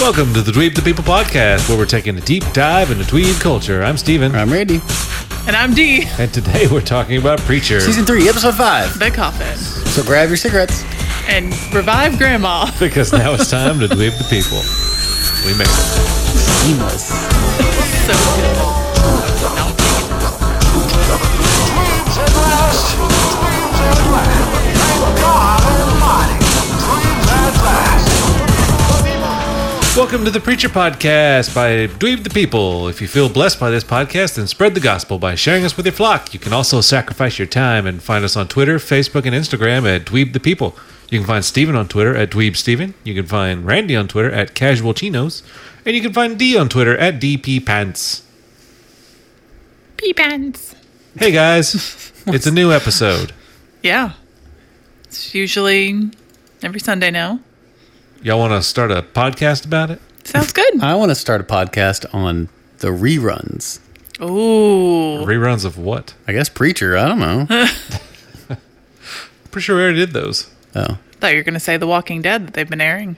Welcome to the Dweeb the People podcast, where we're taking a deep dive into dweeb culture. I'm Steven, I'm Randy. And I'm D. and today we're talking about Preacher. Season three, episode five. The coffin. So grab your cigarettes. And revive grandma. Because now it's time to dweeb the people. We made it. Seamless. So good. Dreams at last. Dreams at last. Thank God Almighty. Dreams at last. Welcome to the Preacher podcast by Dweeb the People. If you feel blessed by this podcast, then spread the gospel by sharing us with your flock. You can also sacrifice your time and find us on Twitter, Facebook, and Instagram at Dweeb the People. You can find Steven on Twitter at Dweeb Steven. You can find Randy on Twitter at Casual Chinos. And you can find D on Twitter at DP Pants. Pee pants. Hey guys, it's a new episode. Yeah. It's usually every Sunday now. Y'all want to start a podcast about it? Sounds good. I want to start a podcast on the reruns. Ooh. Reruns of what? I guess Preacher. I don't know. Pretty sure we already did those. Oh, Thought you were going to say The Walking Dead that they've been airing.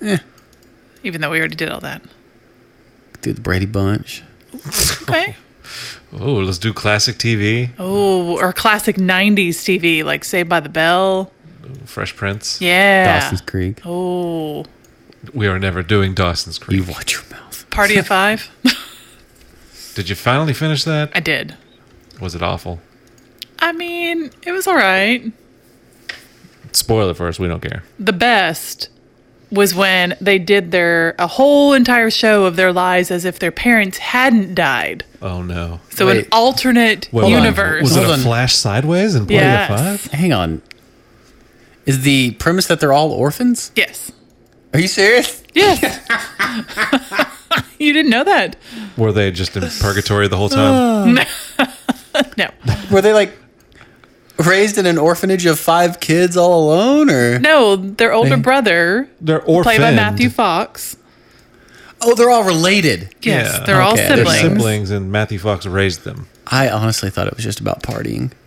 Eh. Even though we already did all that. do the Brady Bunch. Okay. Oh, let's do classic TV, Oh, or classic 90s TV, like Saved by the Bell. Fresh Prince. Yeah. Dawson's Creek. Oh. We are never doing Dawson's Creek. You watch your mouth. Party of Five. Did you finally finish that? I did. Was it awful? I mean, it was all right. Spoil it for us. We don't care. the best was when they did their a whole entire show of their lives as if their parents hadn't died. Oh no! So an Wait. alternate Wait, hold on. universe. uh, was it Hold a on. flash sideways in Party Yes. of Five? Hang on. Is the premise that they're all orphans? yes. Are you serious? Yes. you didn't know that. Were they just in purgatory the whole time? No. Were they like raised in an orphanage of five kids all alone, or No, their older brother They're orphaned. played by Matthew Fox. oh, they're all related? Yes, Yeah. they're all Okay. They're siblings. Siblings. siblings, and Matthew Fox raised them. I honestly thought it was just about partying.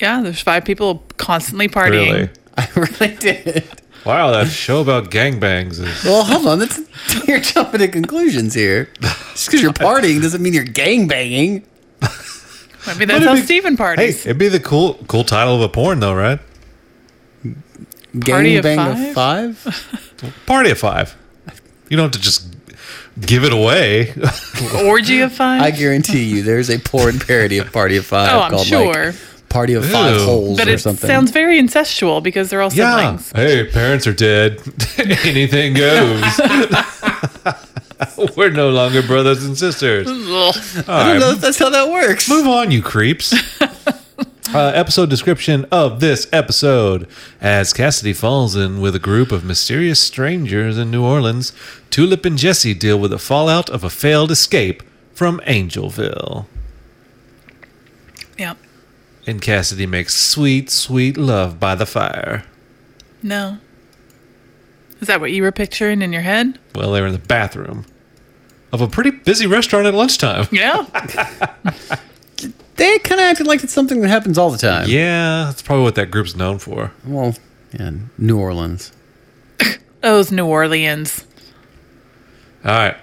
Yeah, there's five people constantly partying. Really? I really did. Wow, that show about gangbangs is. Well, hold on. That's you're jumping to conclusions here. Just because you're partying doesn't mean you're gangbanging. Maybe that's But how it'd be- Steven Hey, parties. it'd be the cool, cool title of a porn though, right? Party of Gangbang of five? Party of Five. You don't have to just give it away. Orgy of five. I guarantee you, there's a porn parody of Party of Five. Oh, I'm called sure. Like, Party of Five Ew. Holes but or it something. sounds very incestual because they're all yeah. siblings. Hey, parents are dead. Anything goes. We're no longer brothers and sisters. Ugh. I don't know if that's how that works. Move on, you creeps. uh, episode description of this episode. As Cassidy falls in with a group of mysterious strangers in New Orleans, Tulip and Jesse deal with the fallout of a failed escape from Angelville. Yeah. And Cassidy makes sweet, sweet love by the fire. No. Is that what you were picturing in your head? Well, they were in the bathroom of a pretty busy restaurant at lunchtime. Yeah. They kind of acted like it's something that happens all the time. Yeah, that's probably what that group's known for. Well, yeah, New Orleans. Those New Orleans. All right.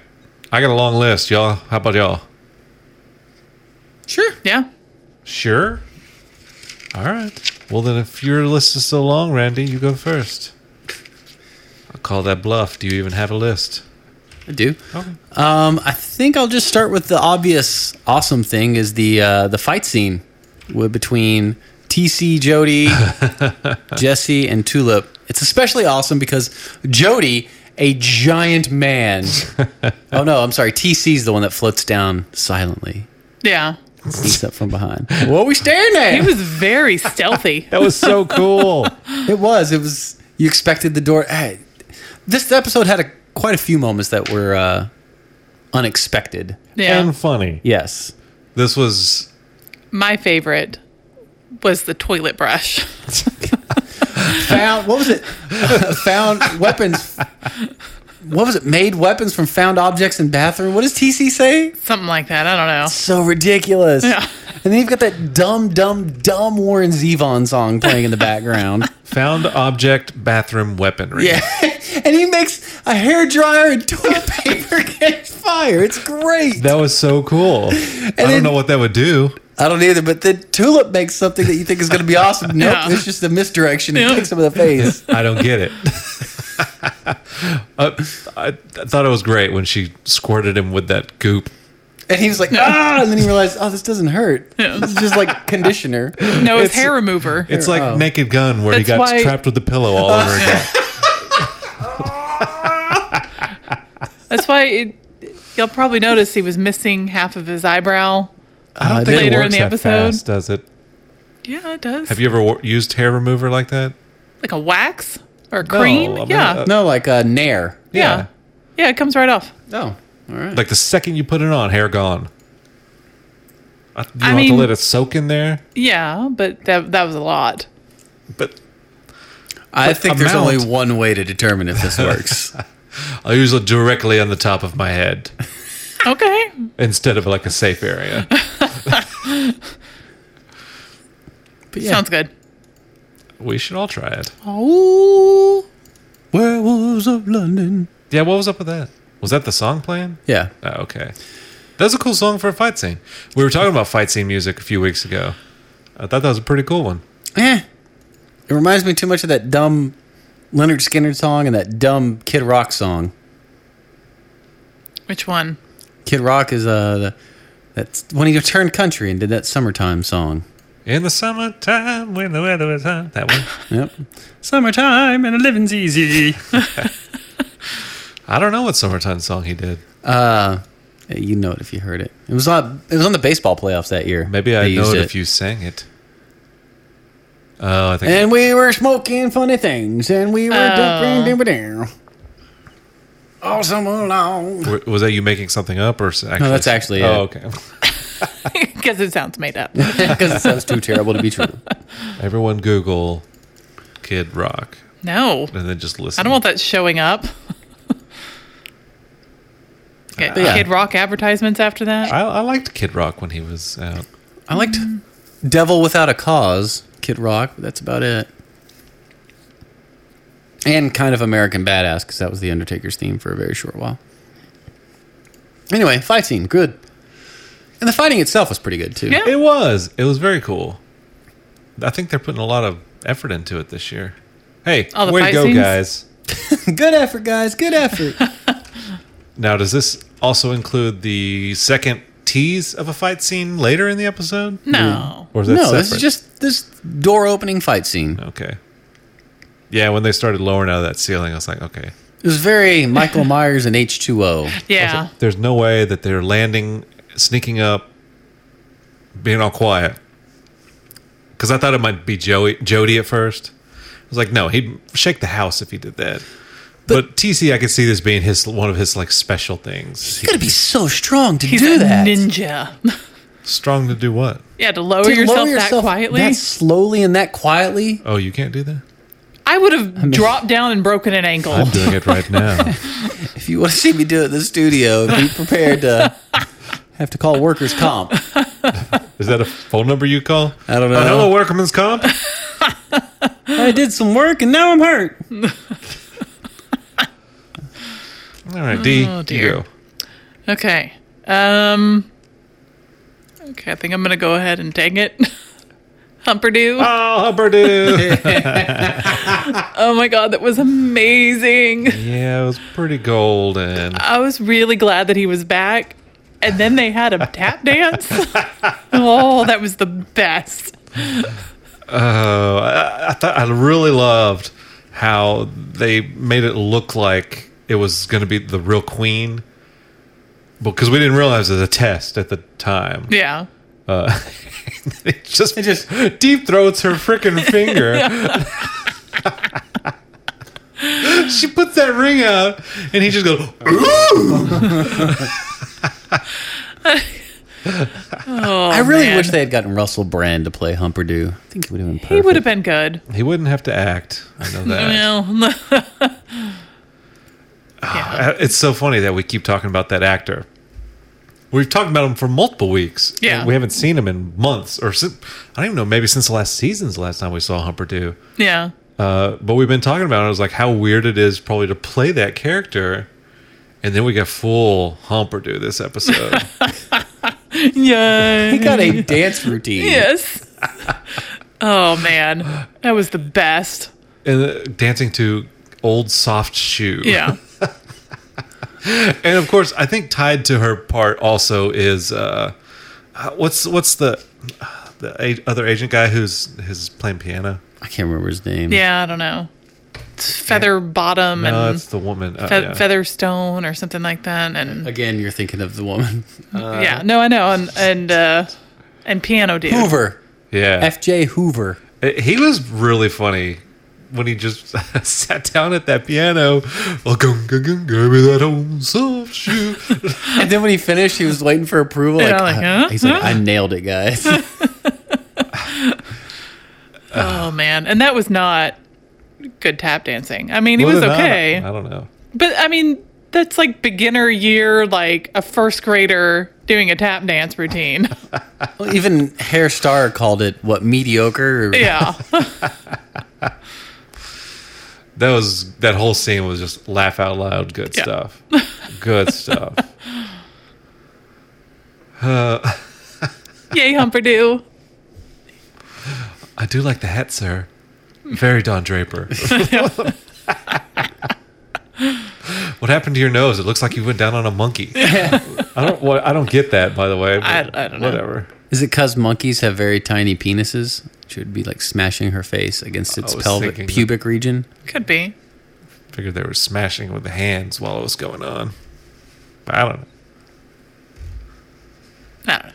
I got a long list, y'all. How about y'all? Sure. Yeah. Sure. All right. Well, then, if your list is so long, Randy, you go first. I'll call that bluff. Do you even have a list? I do. Okay. Um, I think I'll just start with the obvious awesome thing is the uh, the fight scene with, between TC Jody, Jesse, and Tulip. It's especially awesome because Jody, a giant man. oh no, I'm sorry. TC's the one that floats down silently, Yeah. sneaks up from behind. What we staring He at? was very stealthy. That was so cool. It was. It was. You expected the door. eh, this episode had a, quite a few moments that were uh, unexpected. Yeah. And funny. Yes. This was. My favorite was the toilet brush. found what was it? found weapons. What was it? Made weapons from found objects in bathroom. What does TC say? Something like that. I don't know. So ridiculous. Yeah. And then you've got that dumb, dumb, dumb Warren Zevon song playing in the background. Found object, bathroom weaponry. yeah. And he makes a hair dryer and toilet paper catch fire. It's great. That was so cool. I don't then- know what that would do. I don't either, but then Tulip makes something that you think is going to be awesome. Nope, Yeah. it's just a misdirection and Yeah. kicks him in the face. I don't get it. Uh, I, I thought it was great when she squirted him with that goop. And he was like, ah, and then he realized, oh, this doesn't hurt. Yeah. It's just like conditioner. No, it's, It's- hair remover. It's like Oh. Naked Gun where he got That's why- Uh, trapped with the pillow all over again. That's why it, you'll probably notice he was missing half of his eyebrow. I don't it think didn't it work. works Later in that the fast, episode. does it? Yeah, it does. Have you ever wo- used hair remover like that? like a wax or a cream? I mean, yeah. uh, No, like a Nair. yeah. yeah. Yeah. it comes right off. Oh, all right. Like the second you put it on, hair gone. I- You don't have to mean- let it soak in there, Yeah, but that that was a lot. but I think there's amount- only one way to determine if this works. I use it directly on the top of my head Okay. instead of like a safe area. But yeah. Sounds good. we should all try it. Oh, werewolves of London. Yeah, what was up with that? Was that the song playing? Yeah. Oh, okay. That's a cool song for a fight scene. We were talking about fight scene music a few weeks ago. I thought that was a pretty cool one. Eh. It reminds me too much of that dumb Leonard Skinner song and that dumb Kid Rock song. Which one? Kid Rock is uh the, that's when he turned country and did that summertime song. In the summertime, when the weather is hot. That one. Yep. Summertime and a living's easy. I don't know what summertime song he did. you know it if you heard it. It was on it was on the baseball playoffs that year. Maybe I They know used it, if you sang it. Oh, I think. And we were smoking funny things, and we were Oh. doing down all summer long. w was that you making something up or s- actually? that's actually Oh, it. okay. Because it sounds made up. Because it sounds too terrible to be true. Everyone Google Kid Rock No. and then just listen. I don't want that showing up. Get Yeah. Kid Rock advertisements after that. I, I liked Kid Rock when he was out. I liked Devil Without a Cause, Kid Rock. But that's about it. And kind of American Badass, because that was the Undertaker's theme for a very short while. Anyway, fight scene, good. And the fighting itself was pretty good too. Yeah. It was. It was very cool. I think they're putting a lot of effort into it this year. Hey, All the way to fight go, scenes? guys! good effort, guys. Good effort. Now, does this also include the second tease of a fight scene later in the episode? no. Or is that no, separate? this is just this door opening fight scene. okay. Yeah, when they started lowering out of that ceiling, I was like, okay, It was very Michael Myers and H two O. Yeah. there's no way that they're landing, sneaking up, being all quiet. Because I thought it might be Joey, Jody at first. I was like, no, he'd shake the house if he did that. But, TC, I could see this being his one of his like special things. You gotta be so strong to He's do a that. ninja. Strong to do what? yeah, to lower, To lower yourself, that quietly. that slowly and that quietly. Oh, you can't do that. I would have dropped down and broken an ankle. I'm doing it right now. If you want to see me do it in the studio, be prepared to have to call workers comp. Is that a phone number you call? Uh, I don't know. Oh, hello, Workman's Comp. I did some work and now I'm hurt. Oh, All right, D, you Oh, dear. go. Okay. Um. Okay, I think I'm gonna go ahead and take it. Humperdoo. Oh, Hubbardoo. oh my god, that was amazing. yeah, it was pretty golden. I was really glad that he was back. And then they had a tap dance. oh, that was the best. Oh, I, I thought I really loved how they made it look like it was going to be the real queen, because we didn't realize it was a test at the time. Yeah. Uh, it just just deep throats her freaking finger. she puts that ring out, and he just goes, I really Oh, man. wish they had gotten Russell Brand to play Humperdoo. I think he would have been perfect. He would have been good. "He wouldn't have to act." I know that. Well, Uh, It's so funny that we keep talking about that actor We've talked about him for multiple weeks. Yeah. And we haven't seen him in months, or since, I don't even know, maybe since the last season's the last time we saw Humperdew. Yeah. Uh, but we've been talking about it. I was like, how weird it is probably to play that character. And then we got full Humperdew this episode. He Yay. got a dance routine. Yes. oh man, that was the best. and uh, dancing to old soft shoe. Yeah. And of course, I think tied to her part also is uh, uh, what's what's the uh, the a- other agent guy who's who's playing piano? I can't remember his name. Yeah. I don't know. It's feather bottom No, and it's the woman. Uh, fe- yeah. featherstone or something like that. And Again, you're thinking of the woman. Uh, yeah, no, I know. And and uh, and piano dude. Hoover. Yeah. F.J. Hoover. Uh, he was really funny when he just sat down at that piano. Oh, gung, gung, gung, give me that old soft shoe. And then when he finished, he was waiting for approval. Like, Yeah, like, uh, huh? He's like, I nailed it, guys. Oh man, and that was not good tap dancing. I mean, he was Whether or not, okay, I, I don't know. but I mean, that's like beginner year, like a first grader doing a tap dance routine. well, even Hair Star called it, what, mediocre? Or, yeah, That was that whole scene was just laugh out loud. Good Yeah. stuff. Good stuff. yay Humperdew. I do like the hat, sir. Very Don Draper. what happened to your nose? It looks like you went down on a monkey. I don't. Well, I don't get that, by the way. but I- I don't know. Whatever. Is it because monkeys have very tiny penises? She would be like smashing her face against its I was pelvic thinking that- pubic region. Could be. Figured they were smashing with the hands while it was going on. But I don't know. I don't know.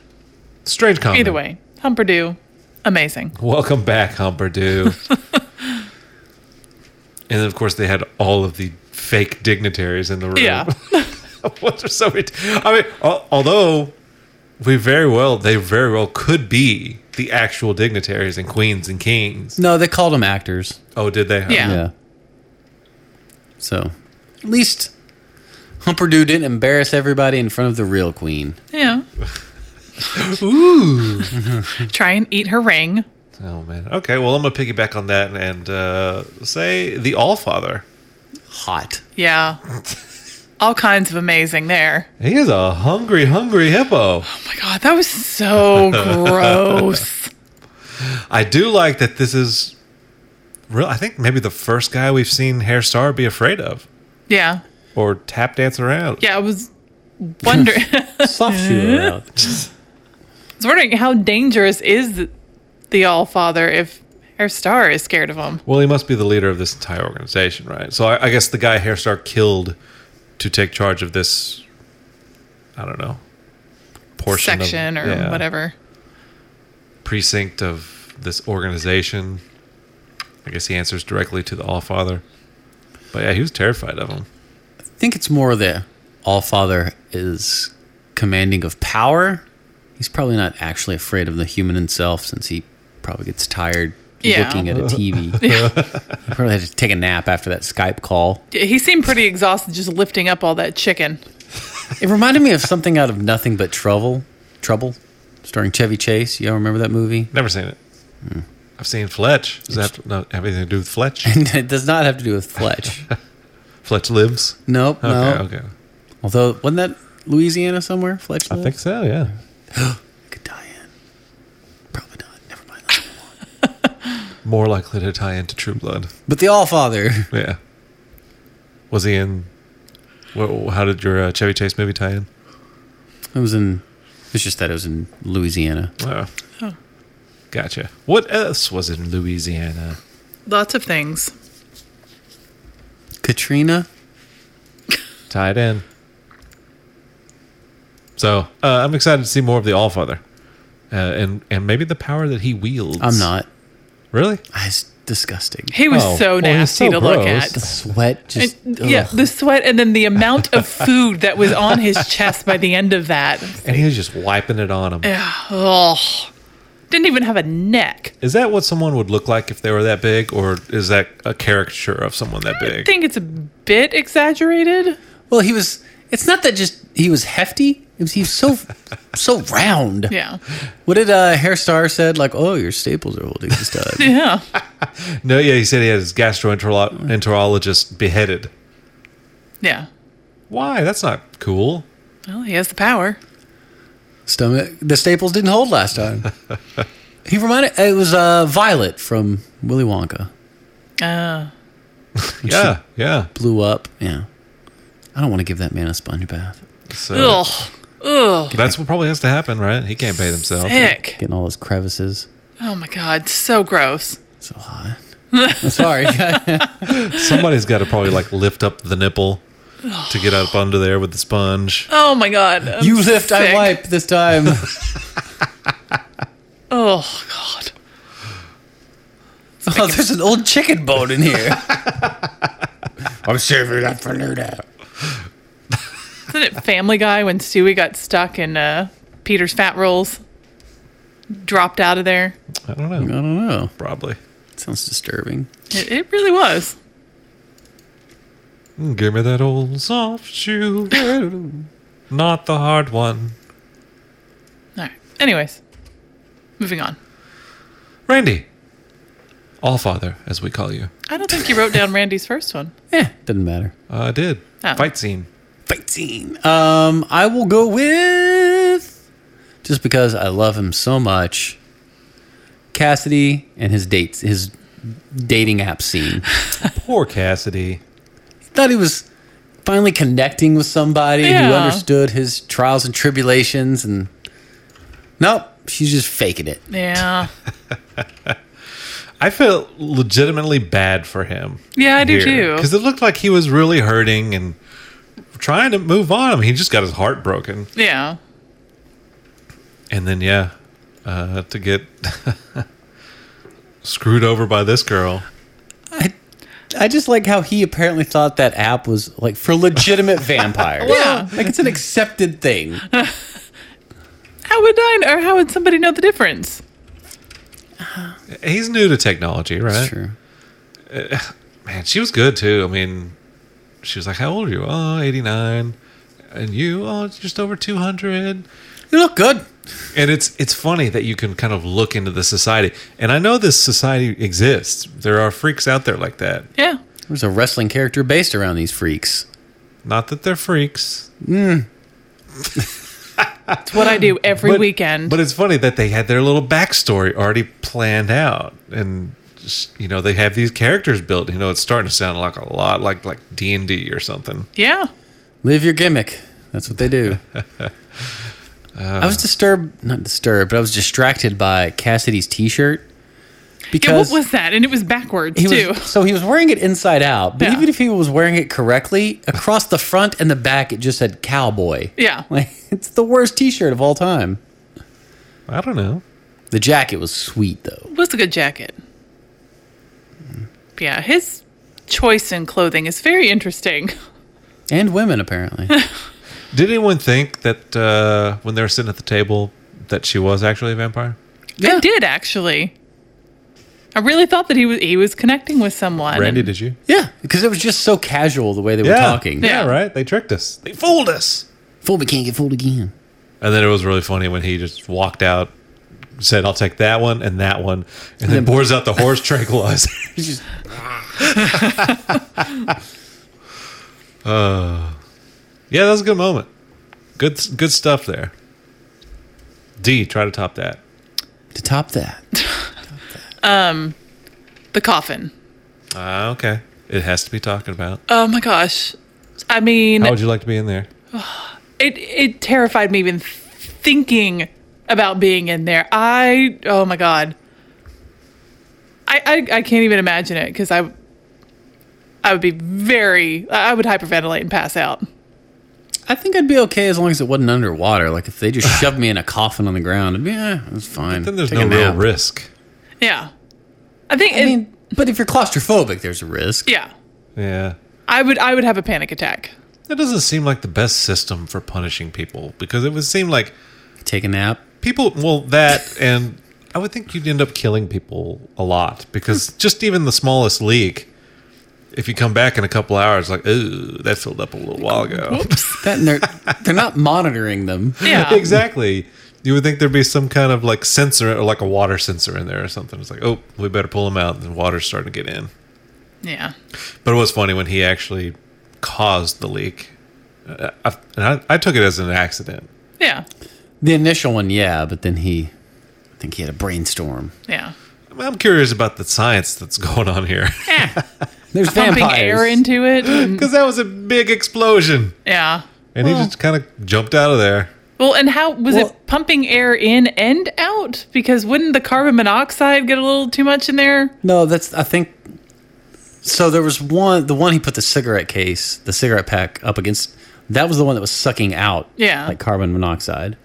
Strange comment. Either way, Humperdew, amazing. Welcome back, Humperdew. and of course, they had all of the fake dignitaries in the room. Yeah. what are so rid- I mean, al- although we very well, they very well could be the actual dignitaries and queens and kings. No, they called them actors. Oh, did they? Yeah. Yeah. So, at least Humperdew didn't embarrass everybody in front of the real queen. Yeah. Ooh. Try and eat her ring. Oh man. Okay. Well, I'm gonna piggyback on that and uh, say the Allfather. Hot. Yeah. All kinds of amazing there. He is a hungry, hungry hippo. Oh my god, that was so gross. I do like that this is real. I think maybe the first guy we've seen Hair Star be afraid of Yeah. or tap dance around. Yeah, I was wondering I Soft shoe around. was wondering how dangerous is the All Father if Hair Star is scared of him. Well, he must be the leader of this entire organization, right? So I, I guess the guy Hair Star killed to take charge of this. I don't know portion of- Section or yeah, whatever. precinct of this organization. I guess he answers directly to the All Father. But yeah, he was terrified of him. I think it's more that All Father is commanding of power. He's probably not actually afraid of the human himself since he probably gets tired Yeah. looking at a TV. He probably had to take a nap after that Skype call. Yeah, He seemed pretty exhausted just lifting up all that chicken. It reminded me of something out of Nothing But Trouble. Trouble, starring Chevy Chase. Y'all remember that movie? Never seen it. I've seen Fletch. Does that have, no, have anything to do with Fletch? it does not have to do with Fletch. Fletch lives. Nope, Okay, no. okay. Although wasn't that Louisiana somewhere? Fletch. I think so, yeah. could die in. Probably not. Never mind. I don't know. More likely to tie into True Blood. But the All Father. Yeah. Was he in. wh- How did your uh, Chevy Chase movie tie in? It was in. It's just that it was in Louisiana. Oh. Gotcha. What else was in Louisiana? Lots of things. Katrina. Tied in. So uh, I'm excited to see more of the Allfather. Uh, and, and maybe the power that he wields. I'm not. Really? I was disgusting. He was Oh, so well, he's nasty so to look gross. at. The sweat just. And, yeah, ugh. the sweat and then the amount of food that was on his chest by the end of that. And he was just wiping it on him. Oh, didn't even have a neck. Is that what someone would look like if they were that big, or is that a caricature of someone that I big? think it's a bit exaggerated. well, he was. It's not that just he was hefty. It was he's so so round. Yeah. What did uh, Hair Star said? Like, oh, your staples are holding this time. Yeah. No, yeah, he said he had his gastroenterologist beheaded. Yeah. Why? That's not cool. Well, he has the power. Stomach. The staples didn't hold last time. he reminded. It was uh, Violet from Willy Wonka. Uh, Yeah, yeah. Blew up. Yeah. I don't want to give that man a sponge bath. So ugh. Ugh. that's what probably has to happen, right? He can't pay himself. Heck. Getting all his crevices. Oh my God. So gross. So hot. I'm sorry. Somebody's got to probably like lift up the nipple to get up under there with the sponge. Oh my God. I'm you lift, I sick. wipe this time. Oh God. Oh, there's an old chicken bone in here. I'm serving that for Luda. Isn't it Family Guy when Stewie got stuck in uh, Peter's fat rolls? Dropped out of there. I don't I know. don't know. Probably. Sounds disturbing. It, it really was. Mm, Give me that old soft shoe, not the hard one. All right. Anyways, moving on. Randy, All Father, as we call you. I don't think you wrote down Randy's first one. Yeah, Eh, doesn't matter. I did. Oh. Fight scene. Fight scene. Um, I will go with just because I love him so much. Cassidy and his dates, his dating app scene. Poor Cassidy. thought he was finally connecting with somebody who Yeah. understood his trials and tribulations, and nope, she's just faking it. Yeah. I feel legitimately bad for him. Yeah, I do too. Because it looked like he was really hurting and trying to move on. I mean, he just got his heart broken. Yeah. And then, yeah, uh, to get screwed over by this girl. I, I just like how he apparently thought that app was like for legitimate vampires. Yeah. like it's an accepted thing. How would I or how would somebody know the difference? He's new to technology, right? Sure. Man, she was good too. I mean, she was like, How old are you? Oh, 89. And you? Oh, just over 200. You look good. And it's it's funny that you can kind of look into the society. And I know this society exists. There are freaks out there like that. Yeah. There's a wrestling character based around these freaks. Not that they're freaks, It's what I do every but, weekend. But it's funny that they had their little backstory already planned out, and just, you know they have these characters built. You know, it's starting to sound like a lot like like D and D or something. yeah. Live your gimmick. That's what they do. I was disturbed, not disturbed, but I was distracted by Cassidy's T-shirt Yeah, because what was that? And it was backwards he too. was, so he was wearing it inside out. But Yeah. even if he was wearing it correctly, across the front and the back, it just said cowboy. yeah. Like it's the worst T-shirt of all time. I don't know. The jacket was sweet though. It was a good jacket. Yeah, his choice in clothing is very interesting. And women apparently. Did anyone think that uh, when they were sitting at the table that she was actually a vampire? I did actually. I really thought that he was he was connecting with someone. Randy, did you? yeah, because it was just so casual the way they were talking. yeah, Yeah. right. They tricked us. They fooled us. Fool me can't get fooled again. And then it was really funny when he just walked out, said, "I'll take that one and that one," and then pours out the horse tranquilizer. He's just Yeah, that was a good moment. Good, good stuff there. D, try to top that. to top that. The coffin. Ah, okay, it has to be talking about. Oh my gosh. I mean, How would you like to be in there? it it terrified me even thinking about being in there. I oh my god. I I, I can't even imagine it because I I would be very I would hyperventilate and pass out. I think I'd be okay as long as it wasn't underwater. Like if they just shoved me in a coffin on the ground, I'd be yeah, it's fine. Then there's Take a no real nap. risk. Yeah, I think. I it- mean, but if you're claustrophobic, there's a risk. yeah, Yeah, I would I would have a panic attack. that doesn't seem like the best system for punishing people because it would seem like Take a nap. people. Well, that and I would think you'd end up killing people a lot because just even the smallest leak if you come back in a couple hours, like, ooh, that filled up a little while ago. Whoops. That and they're they're not monitoring them. Yeah. exactly. You would think there'd be some kind of like sensor or like a water sensor in there or something. It's like, oh, we better pull him out. And the water's starting to get in. Yeah. But it was funny when he actually caused the leak. Uh, I, and I, I took it as an accident. Yeah. The initial one, yeah, but then he, I think he had a brainstorm. Yeah. I'm curious about the science that's going on here Eh, There's Pumping vampires. air into it. and- because that was a big explosion, yeah. and he just kind of jumped out of there. Well, and how was Well- it pumping air in and out? Because wouldn't the carbon monoxide get a little too much in there? No, that's I think. So there was one, the one he put the cigarette case, the cigarette pack up against. That was the one that was sucking out, Yeah. like carbon monoxide.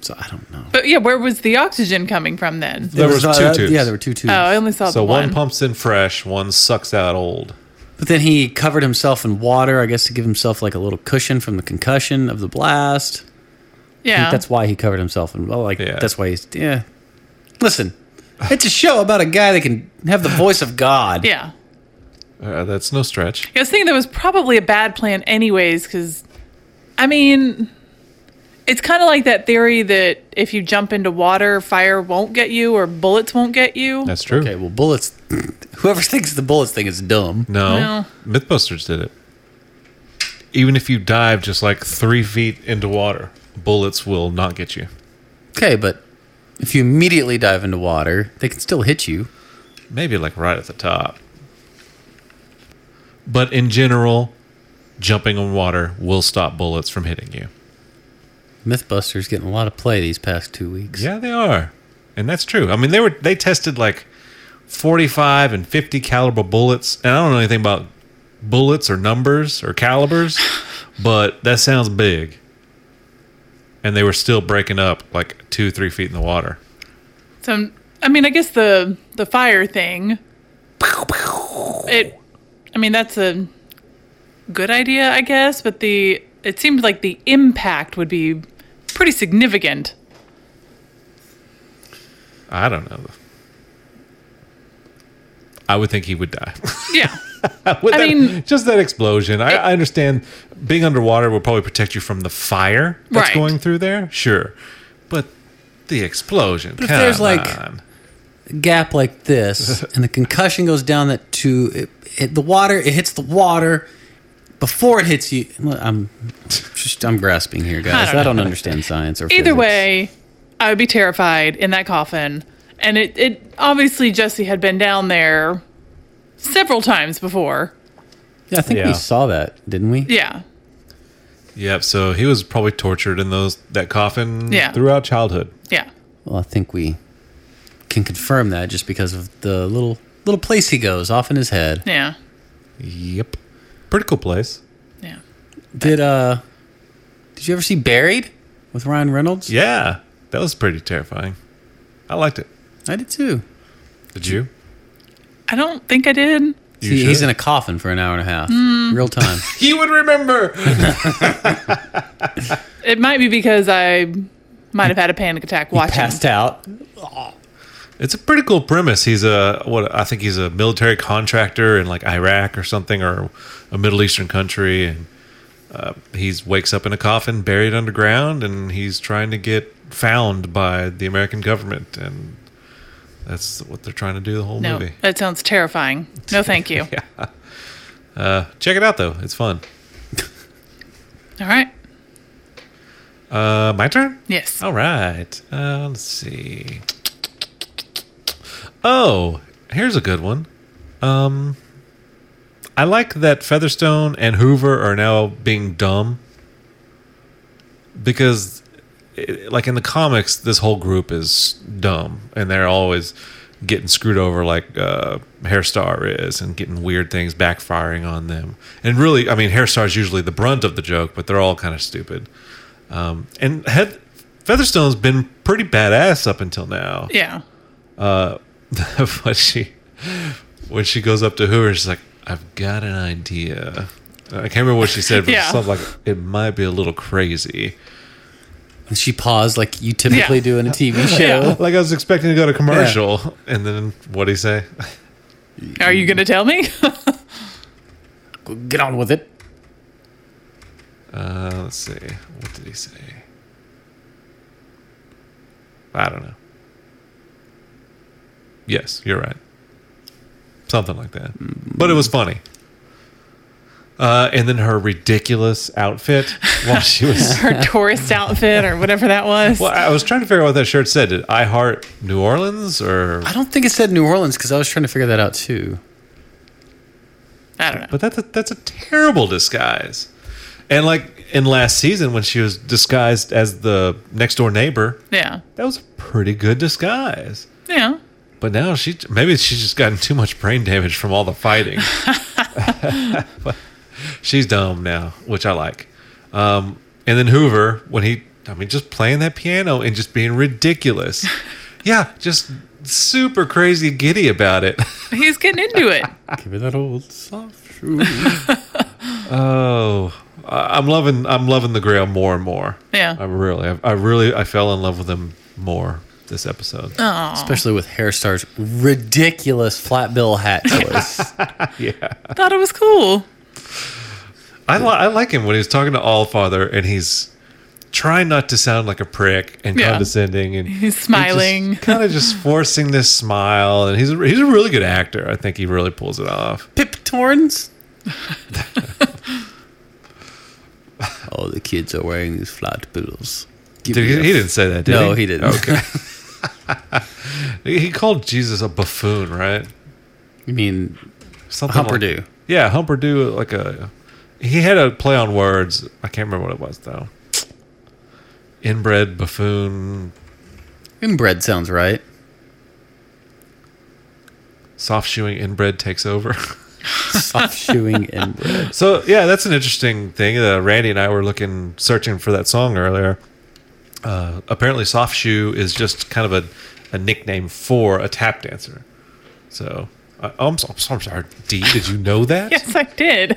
So I don't know. But yeah, where was the oxygen coming from then? There It was two uh, tubes. Yeah, there were two tubes. Oh, I only saw So the one. one. pumps in fresh, one sucks out old. But then he covered himself in water, I guess, to give himself like a little cushion from the concussion of the blast. I yeah. think that's why he covered himself in well, like Yeah. that's why he's yeah. Listen, it's a show about a guy that can have the voice of God. yeah. Uh, that's no stretch. I was thinking that was probably a bad plan, anyways, because, I mean, it's kind of like that theory that if you jump into water, fire won't get you or bullets won't get you. That's true. Okay, well, bullets. Whoever thinks the bullets thing is dumb. No, No. MythBusters did it. Even if you dive just like three feet into water, bullets will not get you. Okay, but if you immediately dive into water, they can still hit you. Maybe like right at the top. But in general, jumping on water will stop bullets from hitting you. MythBusters getting a lot of play these past two weeks. Yeah, they are, and that's true. I mean, they were they tested like forty-five and fifty caliber bullets, and I don't know anything about bullets or numbers or calibers, but that sounds big. And they were still breaking up like two, three feet in the water. So, I mean, I guess the the fire thing. It, I mean, that's a good idea, I guess. But the it seems like the impact would be pretty significant. I don't know. I would think he would die. Yeah. With I that- mean- just that explosion. I, I understand being underwater will probably protect you from the fire that's Right. going through there. Sure, but the explosion. But if there's, like- Gap like this, and the concussion goes down that to it, it, the water. It hits the water before it hits you. Look, I'm just I'm grasping here, guys. I don't don't, understand science or Either physics. way, I would be terrified in that coffin. And it, it obviously Jesse had been down there several times before. Yeah, I think Yeah. we saw that, didn't we? Yeah. Yep. So he was probably tortured in those that coffin Yeah. throughout childhood. Yeah. Well, I think we can confirm that just because of the little little place he goes off in his head. Yeah. Yep. Pretty cool place. Yeah. Did uh Did you ever see Buried with Ryan Reynolds? Yeah, that was pretty terrifying. I liked it. I did too. Did you? I don't think I did. You He- he's should. in a coffin for an hour and a half. Real time. He would remember. It might be because I might have had a panic attack watching. Passed out. It's a pretty cool premise. He's a what I think he's a military contractor in like Iraq or something or a Middle Eastern country, and uh, he's wakes up in a coffin buried underground, and he's trying to get found by the American government, and that's what they're trying to do the whole No, movie. that sounds terrifying. No, thank you. Check it out though; it's fun. All right. Uh, my turn. Yes. All right. Uh, let's see. Oh, here's a good one. Um, I like that Featherstone and Hoover are now being dumb because, it, like in the comics, this whole group is dumb and they're always getting screwed over, like uh, Hairstar is, and getting weird things backfiring on them. And really, I mean, Hairstar's usually the brunt of the joke, but they're all kind of stupid. Um, and Heath- Featherstone's been pretty badass up until now. Yeah. when she when she goes up to Hoover, she's like, "I've got an idea." I can't remember what she said, but Yeah. something like, "It might be a little crazy." And she paused like you typically Yeah. do in a TV show. Like I was expecting to go to commercial, and then what do you say? Are you going to tell me? Get on with it. Uh, let's see. What did he say? I don't know. Yes, you're right. Something like that. But it was funny. Uh, and then her ridiculous outfit while she was. Her tourist outfit or whatever that was. Well, I was trying to figure out what that shirt said. Did I heart New Orleans or? I don't think it said New Orleans because I was trying to figure that out too. I don't know. But that's a, that's a terrible disguise. And like in last season when she was disguised as the next door neighbor, Yeah. that was a pretty good disguise. Yeah. But now she maybe she's just gotten too much brain damage from all the fighting. But she's dumb now, which I like. Um, and then Hoover when he I mean just playing that piano and just being ridiculous. yeah, just super crazy giddy about it. He's getting into it. Give me that old soft shoe. Oh, I- I'm loving I'm loving the Grail more and more. Yeah. I really, I, I really, I fell in love with him more this episode. Oh. Especially with Hairstar's ridiculous flat bill hat choice. Thought it was cool. I, li- I like him when he's talking to Allfather and he's trying not to sound like a prick and Yeah. condescending, and He's smiling. kind of just forcing this smile. And he's a, he's a really good actor. I think he really pulls it off. Pip Torrens? oh, the kids are wearing these flat bills. Give Did me he, a he didn't say that, did he? no, he didn't. Okay. He he called Jesus a buffoon, right? I mean, Something Humperdoo. Like, yeah, Humperdoo. Like a he had a play on words. I can't remember what it was though. Inbred buffoon, inbred sounds right. soft shoeing inbred takes over. Soft shoeing inbred. so yeah, that's an interesting thing. Uh, Randy and I were looking searching for that song earlier. Uh, apparently, soft shoe is just kind of a, a nickname for a tap dancer. So I I'm, so, I'm sorry, D. Did you know that? Yes, I did.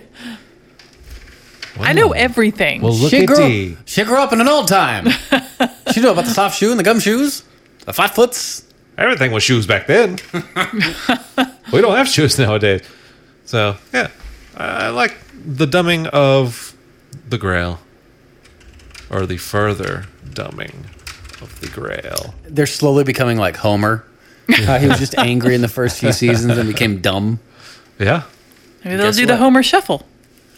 I know everything. Hmm. Well, look she, at grew, D. she grew up in an old time. she knew about the soft shoe and the gum shoes, the flat foots. Everything was shoes back then. we don't have shoes nowadays. So yeah, I I like the dumbing of the Grail, or the further dumbing of the Grail. They're slowly becoming like Homer. How he was just angry in the first few seasons and became dumb. Yeah. Maybe they'll guess do the what? Homer shuffle.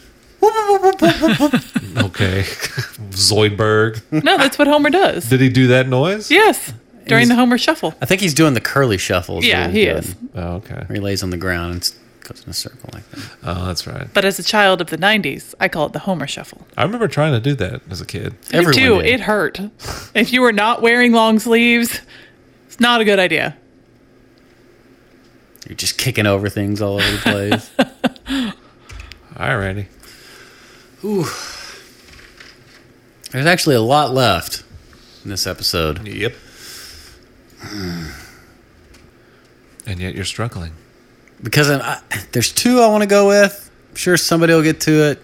Okay. Zoidberg. No, that's what Homer does. Did he do that noise? Yes, during the Homer shuffle. I think he's doing the curly shuffles. Yeah, he is. Oh, okay. Where he lays on the ground and s- goes in a circle like that. Oh, that's right. But as a child of the 90s, I call it the Homer shuffle. I remember trying to do that as a kid. Me too. did. It hurt. If you were not wearing long sleeves, it's not a good idea. You're just kicking over things all over the place. All right, Randy. There's actually a lot left in this episode. Yep. And yet you're struggling. because I, I- there's two I want to go with. I'm sure somebody will get to it.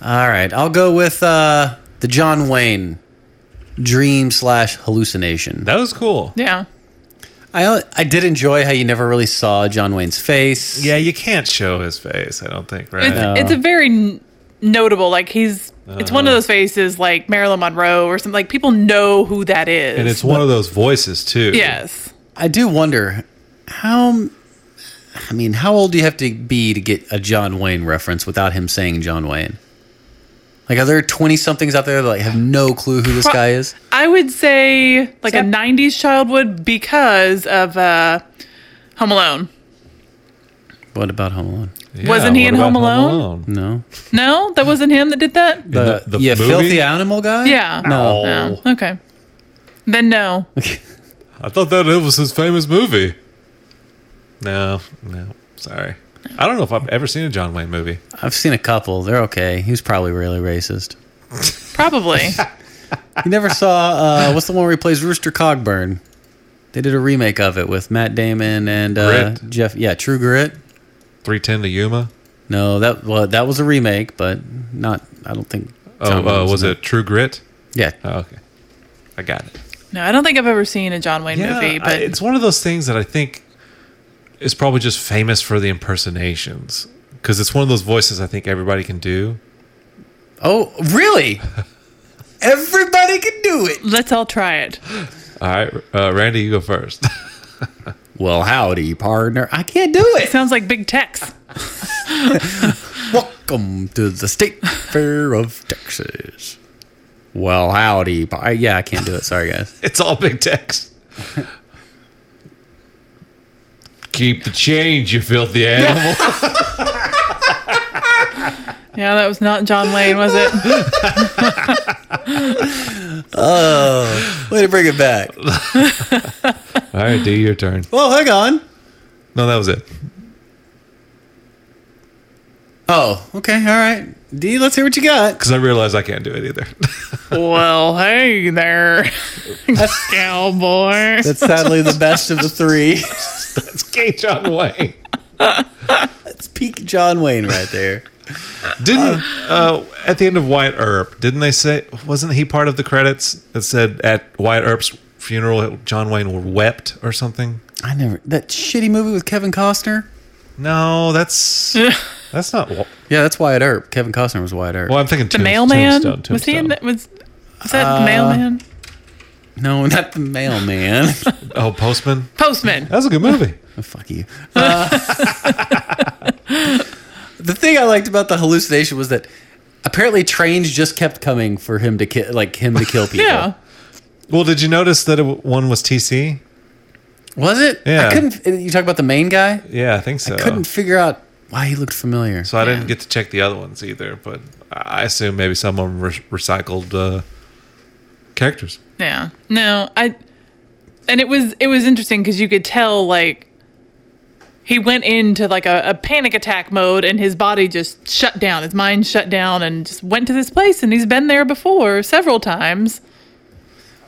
All right, I'll go with uh, the John Wayne dream slash hallucination. That was cool. Yeah. I I did enjoy how you never really saw John Wayne's face. Yeah, you can't show his face, I don't think, right? It's, it's a very n- notable, like, he's, it's one of those faces like Marilyn Monroe or something. Like, people know who that is. And it's one of those voices too. yes. I do wonder how. I mean, how old do you have to be to get a John Wayne reference without him saying John Wayne? Like, are there twenty somethings out there that like, have no clue who this Pro- guy is? I would say like Is a that- 90s child would because of uh, Home Alone. What about Home Alone? Yeah, Wasn't he what in about Home Alone? No, No, that wasn't him that did that? the- the the, yeah, movie? filthy animal guy. Yeah. No. No. Okay. Then no. I thought that it was his famous movie. No, no, sorry. I don't know if I've ever seen a John Wayne movie. I've seen a couple. They're okay. He was probably really racist. Probably. You never saw uh, what's the one where he plays Rooster Cogburn? They did a remake of it with Matt Damon and uh, Grit. Jeff. Yeah, True Grit. 310 to Yuma. No, that well, that was a remake, but not. I don't think. Tom Oh, uh, Hanks was in it True Grit? Yeah, Oh, okay. I got it. no, I don't think I've ever seen a John Wayne I- movie, but it's one of those things that I think is probably just famous for the impersonations because it's one of those voices I think everybody can do. Oh, really? Everybody can do it. Let's all try it. All right, uh, Randy, you go first. Well, howdy, partner. I can't do it. Sounds like big Tex. Welcome to the State Fair of Texas. Well, howdy. par- Yeah, I can't do it. Sorry, guys. it's all big text. Keep the change, you filthy animal. Yeah, that was not John Wayne, was it? Way to bring it back. all right, do your turn. Well, hang on. No, that was it. Oh, okay. All right. D, let's hear what you got. Because I realized I can't do it either. well, hey there, cowboy. That's sadly the best of the three. it's K. John Wayne. That's peak John Wayne right there. Didn't uh, at the end of Wyatt Earp? Didn't they say wasn't he part of the credits that said at Wyatt Earp's funeral John Wayne wept or something? I never. That shitty movie with Kevin Costner? No, That's that's not. Wa- Yeah, that's Wyatt Earp. Kevin Costner was Wyatt Earp. Well, I'm thinking The Tomb- mailman. Tombstone, Was he in Tombstone. Uh, that? Was, was that the mailman? No, not the mailman. Oh, Postman. Postman. That was a good movie. Oh, fuck you. Uh, the thing I liked about the hallucination was that apparently trains just kept coming for him to kill, like him to kill people. Yeah. Well, did you notice that it, w- one was TC? Was it? Yeah. I couldn't. You talk about the main guy. Yeah, I think so. Couldn't figure out why he looked familiar. so I didn't get to check the other ones either, but I I assume maybe someone re- recycled uh, characters. Yeah. No, I and it was it was interesting because you could tell like he went into like a, a panic attack mode and his body just shut down. His mind shut down and just went to this place and he's been there before several times.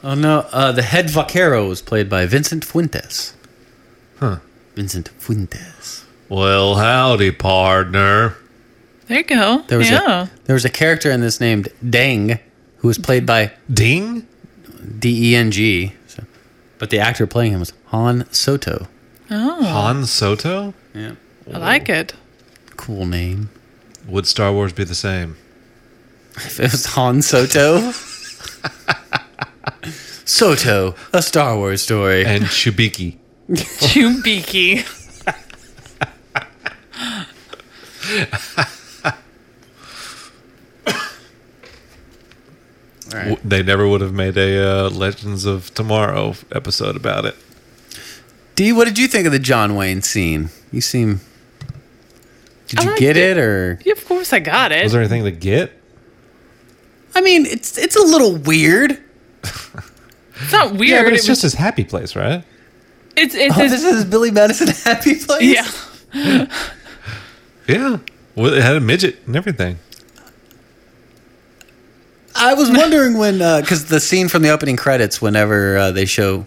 Oh no! Uh, the head vaquero was played by Vincent Fuentes. Huh. Vincent Fuentes. Well, howdy, partner. There you go. There was yeah. a there was a character in this named Dang, who was played by Ding. D E N G. So, but the actor playing him was Han Soto. Han Soto. Yeah. I like it. Cool name. Would Star Wars be the same? If it was Han Soto. Soto, a Star Wars story. And Shibiki. Chewbeaky. W- They never would have made a uh, Legends of Tomorrow episode about it. D, what did you think of the John Wayne scene? You seem. Did I you liked get it. it, or? yeah, of course I got it. Was there anything to get? I mean, it's it's a little weird. it's not weird. Yeah, but it's it was, just his happy place, right? it's it's, Oh, it's this is Billy Madison happy place. yeah. Yeah. Well, it had a midget and everything. I was wondering when, because the scene from the opening credits, whenever uh, they show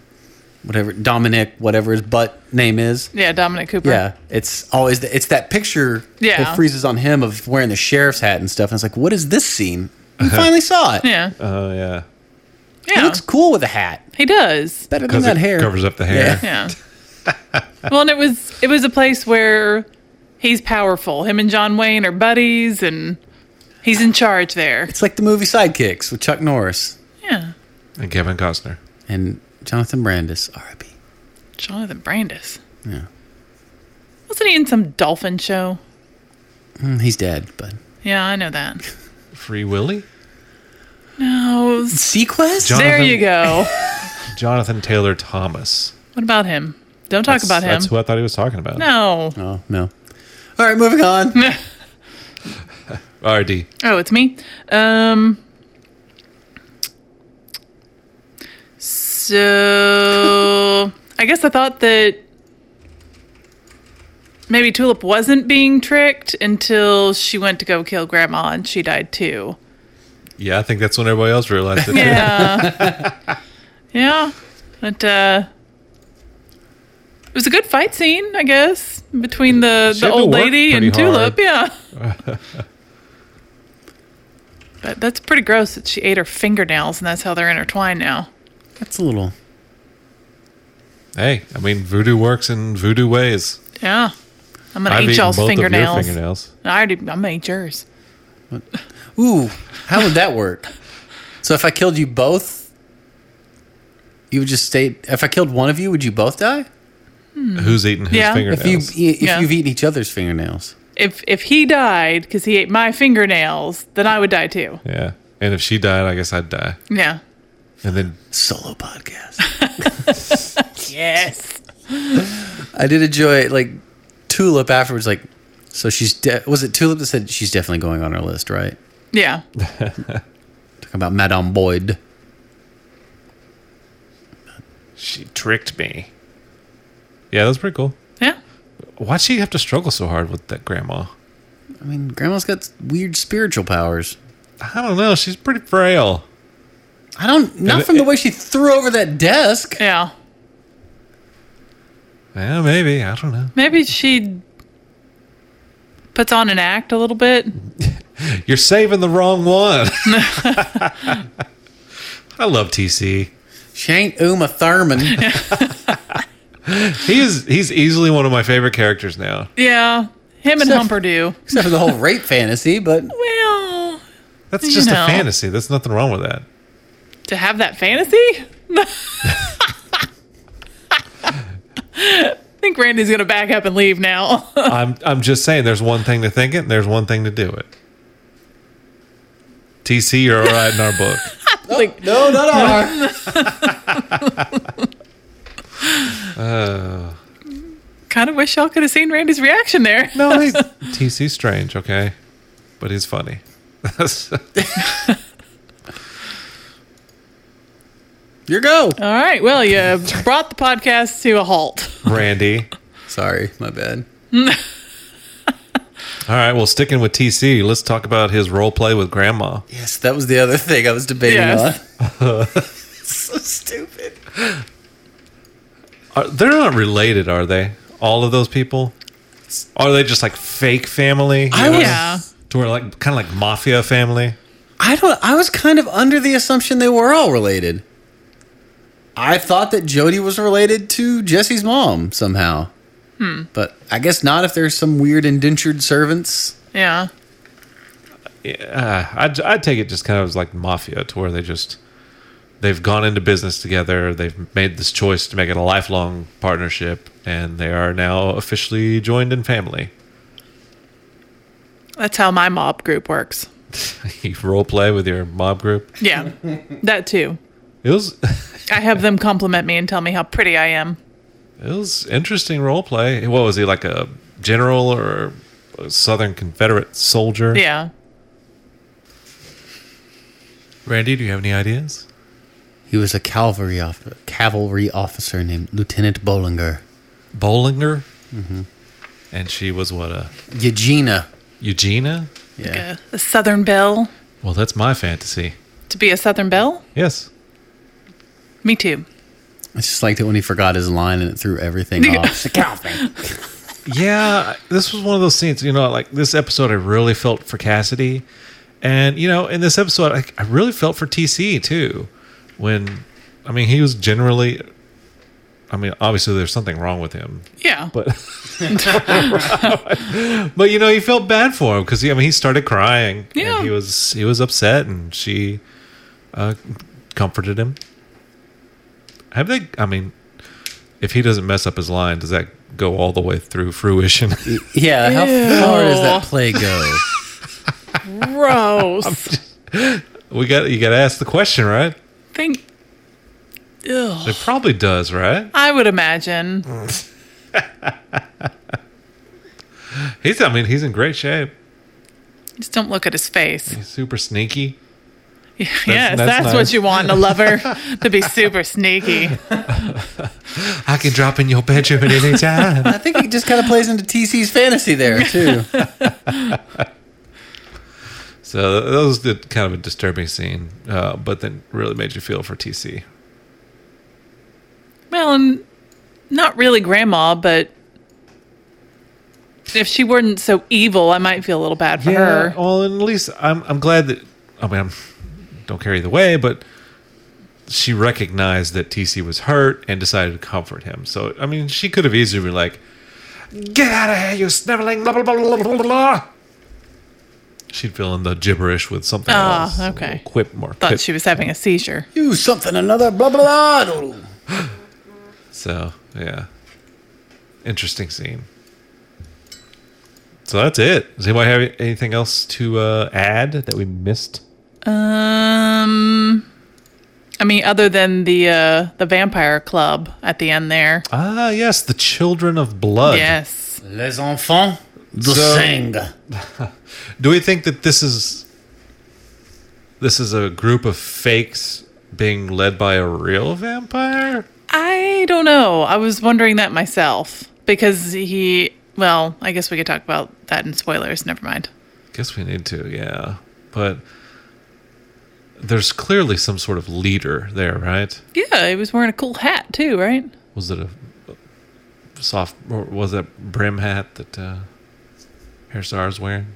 whatever Dominic, whatever his butt name is, Yeah, Dominic Cooper. yeah, it's always Oh, the, it's that picture Yeah. that freezes on him of wearing the sheriff's hat and stuff. And it's like, what is this scene? You finally saw it. Yeah. Oh yeah. Yeah. He looks cool with a hat. he does. Better than Because that it hair. covers up the hair. Yeah. Yeah. well, and it was it was a place where he's powerful. Him and John Wayne are buddies, and he's in charge there. It's like the movie Sidekicks with Chuck Norris Yeah, And Kevin Costner. and Jonathan Brandis, R.I.P. Jonathan Brandis. Yeah, Wasn't he in some dolphin show? Mm, he's dead, but Yeah, I know that. Free Willy. No, s- Sequest. John- there Jonathan- you go. Jonathan Taylor Thomas. What about him? Don't talk about him. That's who I thought he was talking about. no. oh no. All right, moving on. RD. Oh, it's me. Um. So I guess I thought that maybe Tulip wasn't being tricked until she went to go kill Grandma and she died too. Yeah, I think that's when everybody else realized it. Yeah. yeah. But uh, it was a good fight scene, I guess, between the, She the had to old work lady and pretty hard. Tulip. Yeah. but that's pretty gross that she ate her fingernails and that's how they're intertwined now. That's a little. Hey, I mean, voodoo works in voodoo ways. Yeah. I'm gonna I've eat eaten y'all's both of your fingernails. fingernails. I already. I'm gonna eat yours. Ooh, how would that work? So if I killed you both, you would just stay. If I killed one of you, would you both die? Who's eating his Hmm. Yeah. If you- fingernails? If you if Yeah. you've eaten each other's fingernails, If if he died because he ate my fingernails, then I would die too. yeah. And if she died, I guess I'd die. Yeah. And then solo podcast. Yes. I did enjoy like Tulip afterwards. Like, so she's de- was it Tulip that said she's definitely going on her list, right? Yeah. Talking about Madame Boyd. she tricked me. Yeah, that was pretty cool. Yeah. Why'd she have to struggle so hard with that grandma? I mean, Grandma's got weird spiritual powers. I don't know. She's pretty frail. I don't not it- from the way she threw over that desk. Yeah. Yeah, maybe. I don't know. Maybe she puts on an act a little bit. You're saving the wrong one. I love TC. She ain't Uma Thurman. He is he's easily one of my favorite characters now. Yeah. Him and Except- Humperdew. except for the whole rape fantasy, but Well, That's You just know. a fantasy. There's nothing wrong with that. to have that fantasy? I think Randy's gonna back up and leave now. I'm I'm just saying there's one thing to think it and there's one thing to do it. TC, you're all right in our book. like, no, not our. kind of wish y'all could have seen Randy's reaction there. No, he's TC's strange, okay? But he's funny. Your go. All right. Well, you brought the podcast to a halt. Randy. Sorry, my bad. All right, well, sticking with TC, let's talk about his role play with Grandma. Yes, that was the other thing I was debating Yes. on. so stupid. Are, they're not related, are they? All of those people? Are they just like fake family? I was, Yeah. to where like kind of like mafia family? I don't. I was kind of under the assumption they were all related. I thought that Jody was related to Jesse's mom somehow, but I guess not. If there's some weird indentured servants, Yeah. Yeah, I'd, I'd take it just kind of as like mafia to where they just they've gone into business together. They've made this choice to make it a lifelong partnership, and they are now officially joined in family. That's how my mob group works. You role play with your mob group. Yeah. that too. It was I have them compliment me and tell me how pretty I am. it was interesting role play. What was he like a general or a Southern Confederate soldier? Yeah. Randy, do you have any ideas? he was a cavalry off- cavalry officer named Lieutenant Bollinger. Bollinger, and she was what a Eugenia. Eugenia. Yeah. A, a Southern Belle. Well, that's my fantasy. To be a Southern Belle? Yes. Me too. I just liked it when he forgot his line and it threw everything off. It's a cow thing. Yeah, this was one of those scenes, you know, like this episode I really felt for Cassidy. And, you know, in this episode, I, I really felt for TC too. When, I mean, he was generally, I mean, obviously there's something wrong with him, Yeah. but, but you know, he felt bad for him because, I mean, he started crying. Yeah. And he was, he was upset and she uh, comforted him. Have they, I mean, if he doesn't mess up his line, does that go all the way through fruition? Yeah, how far does that Ew. play go? Gross. We got you got to ask the question, right? think. Ugh. It probably does, right? I would imagine. He's I mean he's in great shape. Just don't look at his face. He's super sneaky. yes, that's that's nice. what you want in a lover to be super sneaky. I can drop in your bedroom at any time. I think it just kind of plays into TC's fantasy there too. so that was the, kind of a disturbing scene, uh, but then really made you feel for TC. Well, and not really grandma, but if she weren't so evil, I might feel a little bad for her. Well, and at least I'm I'm glad that I mean I'm, don't care either way, but she recognized that TC was hurt and decided to comfort him. So I mean she could have easily been like, Get out of here, you sniveling. Blah, blah, blah, blah, blah, blah. She'd fill in the gibberish with something Ah, else. a okay. little Quip more. Thought quip. she was having a seizure. You something another blah blah. blah. So yeah, interesting scene. So that's it. Does anybody have anything else to uh, add that we missed? Um, I mean, other than the uh, the vampire club at the end there. Ah, yes, the Children of Blood. Yes. Les enfants de So- sang. Do we think that this is this is a group of fakes being led by a real vampire? I don't know. I was wondering that myself because he. Well, I guess we could talk about that in spoilers. Never mind. Guess we need to, yeah. But there's clearly some sort of leader there, right? Yeah, he was wearing a cool hat too, right? was it a soft or was that brim hat that uh Herzar is wearing?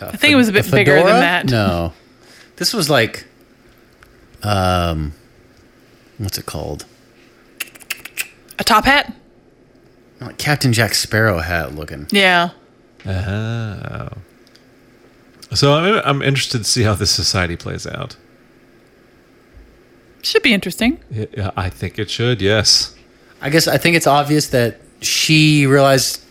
I think it was a bit bigger Fedora? than that. No, this was like, um, what's it called? A top hat? Like Captain Jack Sparrow hat looking. Yeah. Oh. So I'm I'm interested to see how this society plays out. Should be interesting. Yeah, yeah, I think it should. Yes. I guess I think it's obvious that she realized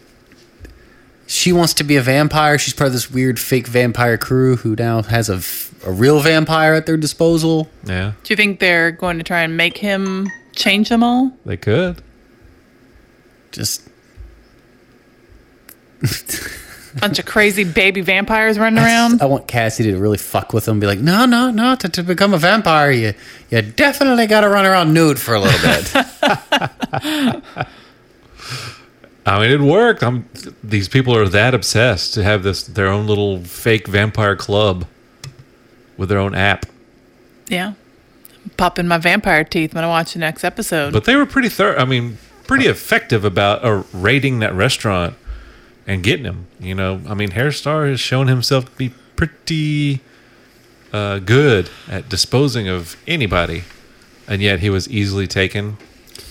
she wants to be a vampire. She's part of this weird fake vampire crew who now has a, f- a real vampire at their disposal. Yeah, Do you think they're going to try and make him change them all? they could. Just Bunch of crazy baby vampires running around. I want Cassie to really fuck with them. Be like, no, no, no. To, to become a vampire, you you definitely got to run around nude for a little bit. I mean, it worked. I'm, these people are that obsessed to have this their own little fake vampire club with their own app. Yeah. Pop in my vampire teeth when I watch the next episode. But they were pretty thorough. I mean, pretty effective about uh, raiding that restaurant and getting him. You know, I mean, Hairstar has shown himself to be pretty uh, good at disposing of anybody, and yet he was easily taken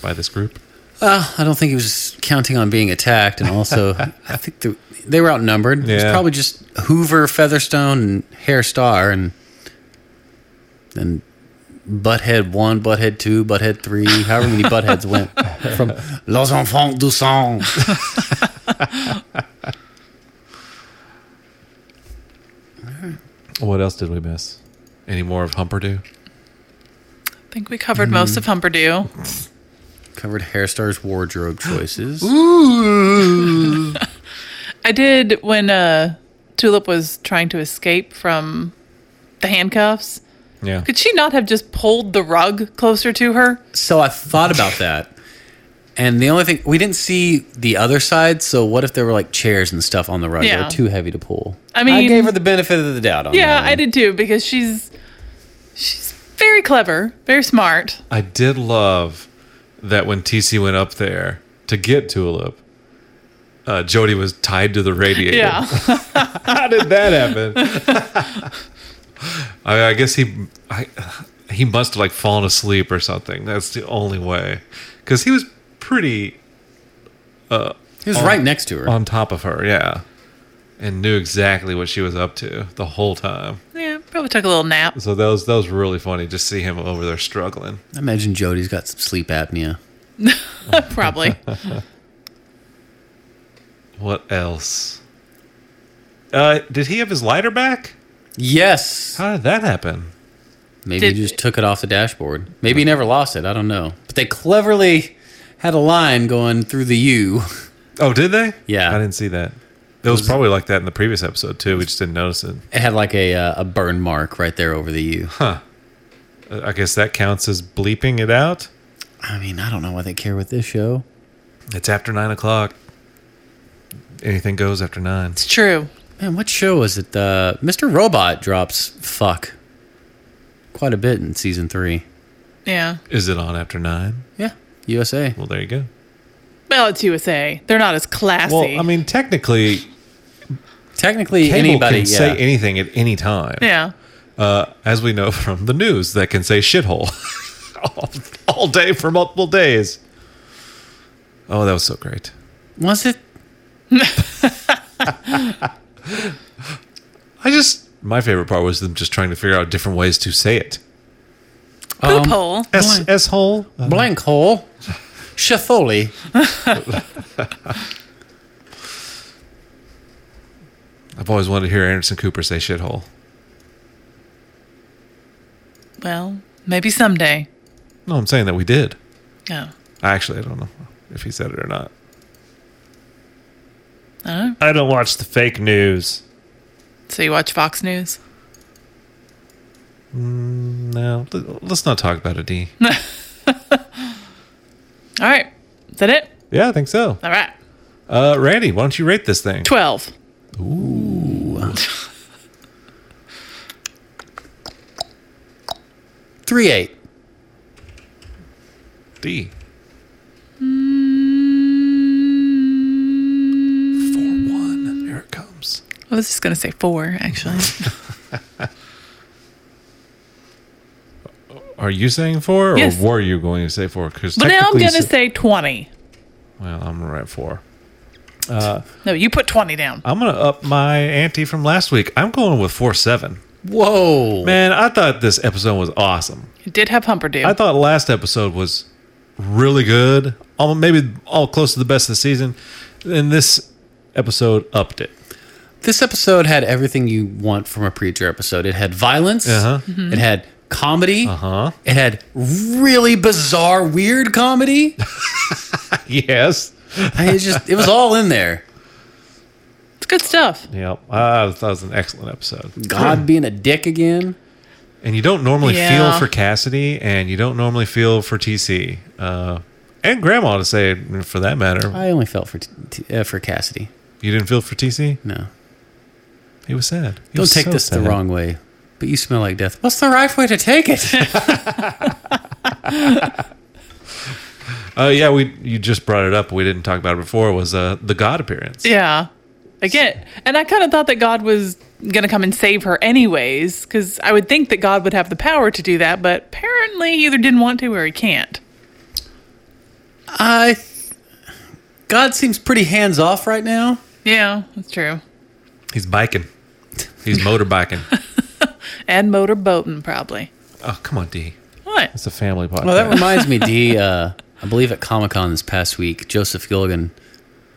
by this group. uh, I don't think he was counting on being attacked, and also I think the, they were outnumbered. It was Yeah. probably just Hoover, Featherstone, and Hair Star, and then Butthead One, Butthead Two, Butthead Three. However many Buttheads went from Les Enfants du Sang. What else did we miss? Any more of Humperdew? I think we covered most of Humperdew. Covered Hair Star's wardrobe choices. I did when uh, Tulip was trying to escape from the handcuffs. Yeah. Could she not have just pulled the rug closer to her? So I thought about that. And the only thing we didn't see the other side, so what if there were like chairs and stuff on the rug? They Yeah. were too heavy to pull. I mean- gave her the benefit of the doubt on Yeah, that I one. did too because she's she's very clever, very smart. I did love that when TC went up there to get Tulip, uh, Jody was tied to the radiator. Yeah. How did that happen? I, I guess he, I, he must have like fallen asleep or something. That's the only way, because he was pretty He was right next to her. on top of her, yeah, and knew exactly what she was up to the whole time. yeah, probably took a little nap. So that was that was really funny. Just see him over there struggling. I imagine Jody's got some sleep apnea. Probably. What else? Uh, did he have his lighter back? Yes. How did that happen? Maybe Did- he just took it off the dashboard. Maybe he never lost it. I don't know. But they cleverly had a line going through the U. Oh, did they? Yeah. I didn't see that. It was probably like that in the previous episode too. We just didn't notice it. It had like a uh, a burn mark right there over the U. I guess that counts as bleeping it out. I mean, I don't know why they care with this show. It's after nine o'clock. Anything goes after nine. It's true. Man, what show was it? Uh, Mr. Robot drops fuck quite a bit in season three. Yeah. Is it on after nine? Yeah, USA. Well, there you go. Well, it's USA. They're not as classy. Well, I mean, technically, Technically, cable anybody. can yeah. say anything at any time. yeah. Uh, as we know from the news, that can say shithole all, all day for multiple days. Oh, that was so great. was it? I just my favorite part was them just trying to figure out different ways to say it. Poop Um, hole. S Blank. S hole. Uh, Blank hole. Shafoli. I've always wanted to hear Anderson Cooper say shithole. Well, maybe someday. No, I'm saying that we did. Oh. Actually, I don't know if he said it or not. I don't know. I don't watch the fake news. So you watch Fox News? No, l- let's not talk about it, D. All right. Is that it? yeah, I think so. All right. Uh, Randy, why don't you rate this thing? 12. Three eight. D. Mm. Four one. Here it comes. I was just going to say 4, actually. Are you saying four, or Yes. were you going to say four? Because but now I'm going to say 20. Well, I'm gonna write four. No, you put 20 Uh, down. I'm gonna up my ante from last week. I'm going with four seven. Whoa. Man, I thought this episode was awesome. You did have Humperdew. I thought last episode was really good, almost maybe all close to the best of the season, and this episode upped it. This episode had everything you want from a preacher episode. It had violence. Uh-huh. It had comedy. Uh-huh. It had really bizarre, weird comedy. Yes. I mean, it just it was all in there. it's good stuff. Yep. I thought it was an excellent episode. God being a dick again. And you don't normally Yeah. feel for Cassidy, and you don't normally feel for TC, uh, and Grandma to say for that matter. I only felt for t- t- uh, for Cassidy. You didn't feel for TC. No, He was sad. He don't was take so this sad. the wrong way. But you smell like death. What's the right way to take it? Uh, yeah, we you just brought it up. We didn't talk about it before. Was uh, the God appearance? Yeah. Again, and I kind of thought that God was going to come and save her anyways, because I would think that God would have the power to do that, but apparently he either didn't want to or he can't. I. God seems pretty hands off right now. Yeah, that's true. He's biking. He's motorbiking. And motor boating, probably. oh, come on, D. What? It's a family podcast. Well, Oh, that reminds me, D. Uh, I believe at Comic Con this past week, Joseph Gilligan,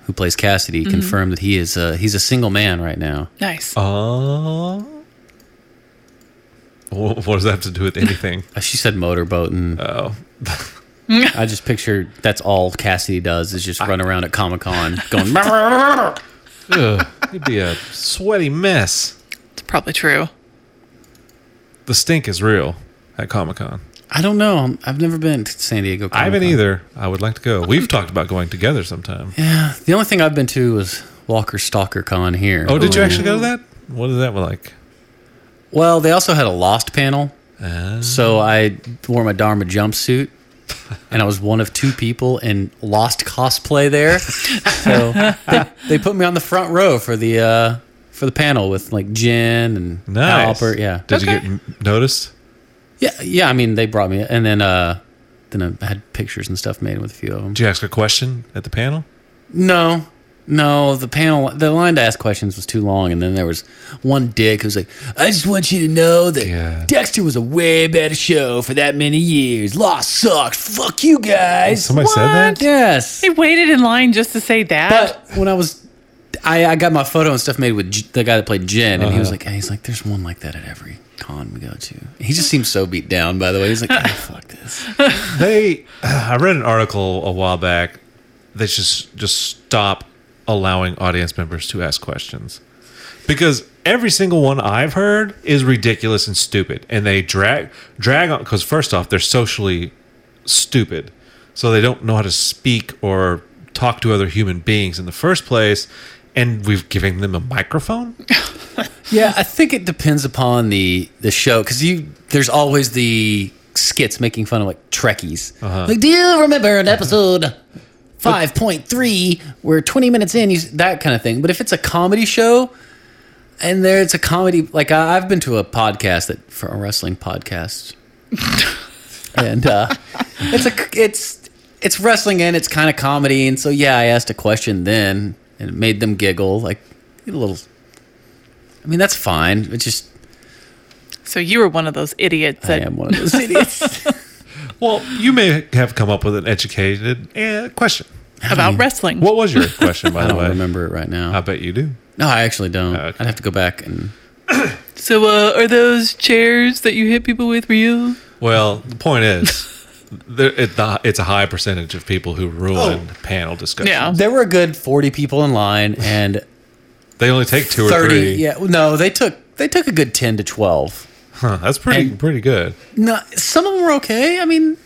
who plays Cassidy, Mm-hmm. confirmed that he is uh, he's a single man right now. Nice. Uh, wh- what does that have to do with anything? Uh, She said motorboat, and oh, I just picture that's all Cassidy does is just run around at Comic Con going. Ugh, he'd be a sweaty mess. It's probably true. The stink is real at Comic Con. I don't know. I'm- I've never been to San Diego. Comic-Con. I haven't either. I would like to go. We've talked about going together sometime. Yeah, the only thing I've been to was Walker Stalker Con here. Oh, did you actually go to that? What is that like? Well, they also had a Lost panel, Uh, so I wore my Dharma jumpsuit, and I was one of two people in Lost cosplay there. So they, they put me on the front row for the uh, for the panel with like Jen and Al nice. Alpert. Yeah, Did you Okay. get m- noticed? yeah, yeah. I mean, they brought me, and then uh, then I had pictures and stuff made with a few of them. Did you ask a question at the panel? No, no. The panel, the line to ask questions was too long, and then there was one dick who was like, "I just want you to know that God. Dexter was a way better show for that many years. Lost sucks. Fuck you guys." Somebody said that? Yes, He waited in line just to say that. but when I was. I, I got my photo and stuff made with J- the guy that played Jen, and he Uh-huh. was like, "He's like, there's one like that at every con we go to." He just seems so beat down. By the way, he's like, oh, "Fuck this." They, I read an article a while back that just just stop allowing audience members to ask questions because every single one I've heard is ridiculous and stupid, and they drag drag on because first off they're socially stupid, so they don't know how to speak or talk to other human beings in the first place, and we've given them a microphone. Yeah, I think it depends upon the the show because you there's always the skits making fun of like Trekkies. Like, do you remember an episode five point three where twenty minutes in you s- that kind of thing? But if it's a comedy show, and there it's a comedy like I, I've been to a podcast that for a wrestling podcast, and uh, it's a c- it's it's wrestling and it's kind of comedy, and so yeah, I asked a question then. and it made them giggle. Like a little. I mean, that's fine. It's just So you were one of those idiots I that am one of those idiots. Well, you may have come up with an educated eh, question. about wrestling. What was your question, by I the don't way? remember it right I now. bet you do. No, I actually don't. Uh, okay. I'd have to go back and. So uh, are those chairs that you hit people with real? Well, the point is, there, it, the, it's a high percentage of people who ruin panel discussions. Yeah. There were a good forty people in line, and They only take two or three. thirty. Yeah, no, they took they took a good ten to twelve. Huh, that's pretty And- pretty good. No, some of them were okay. I mean,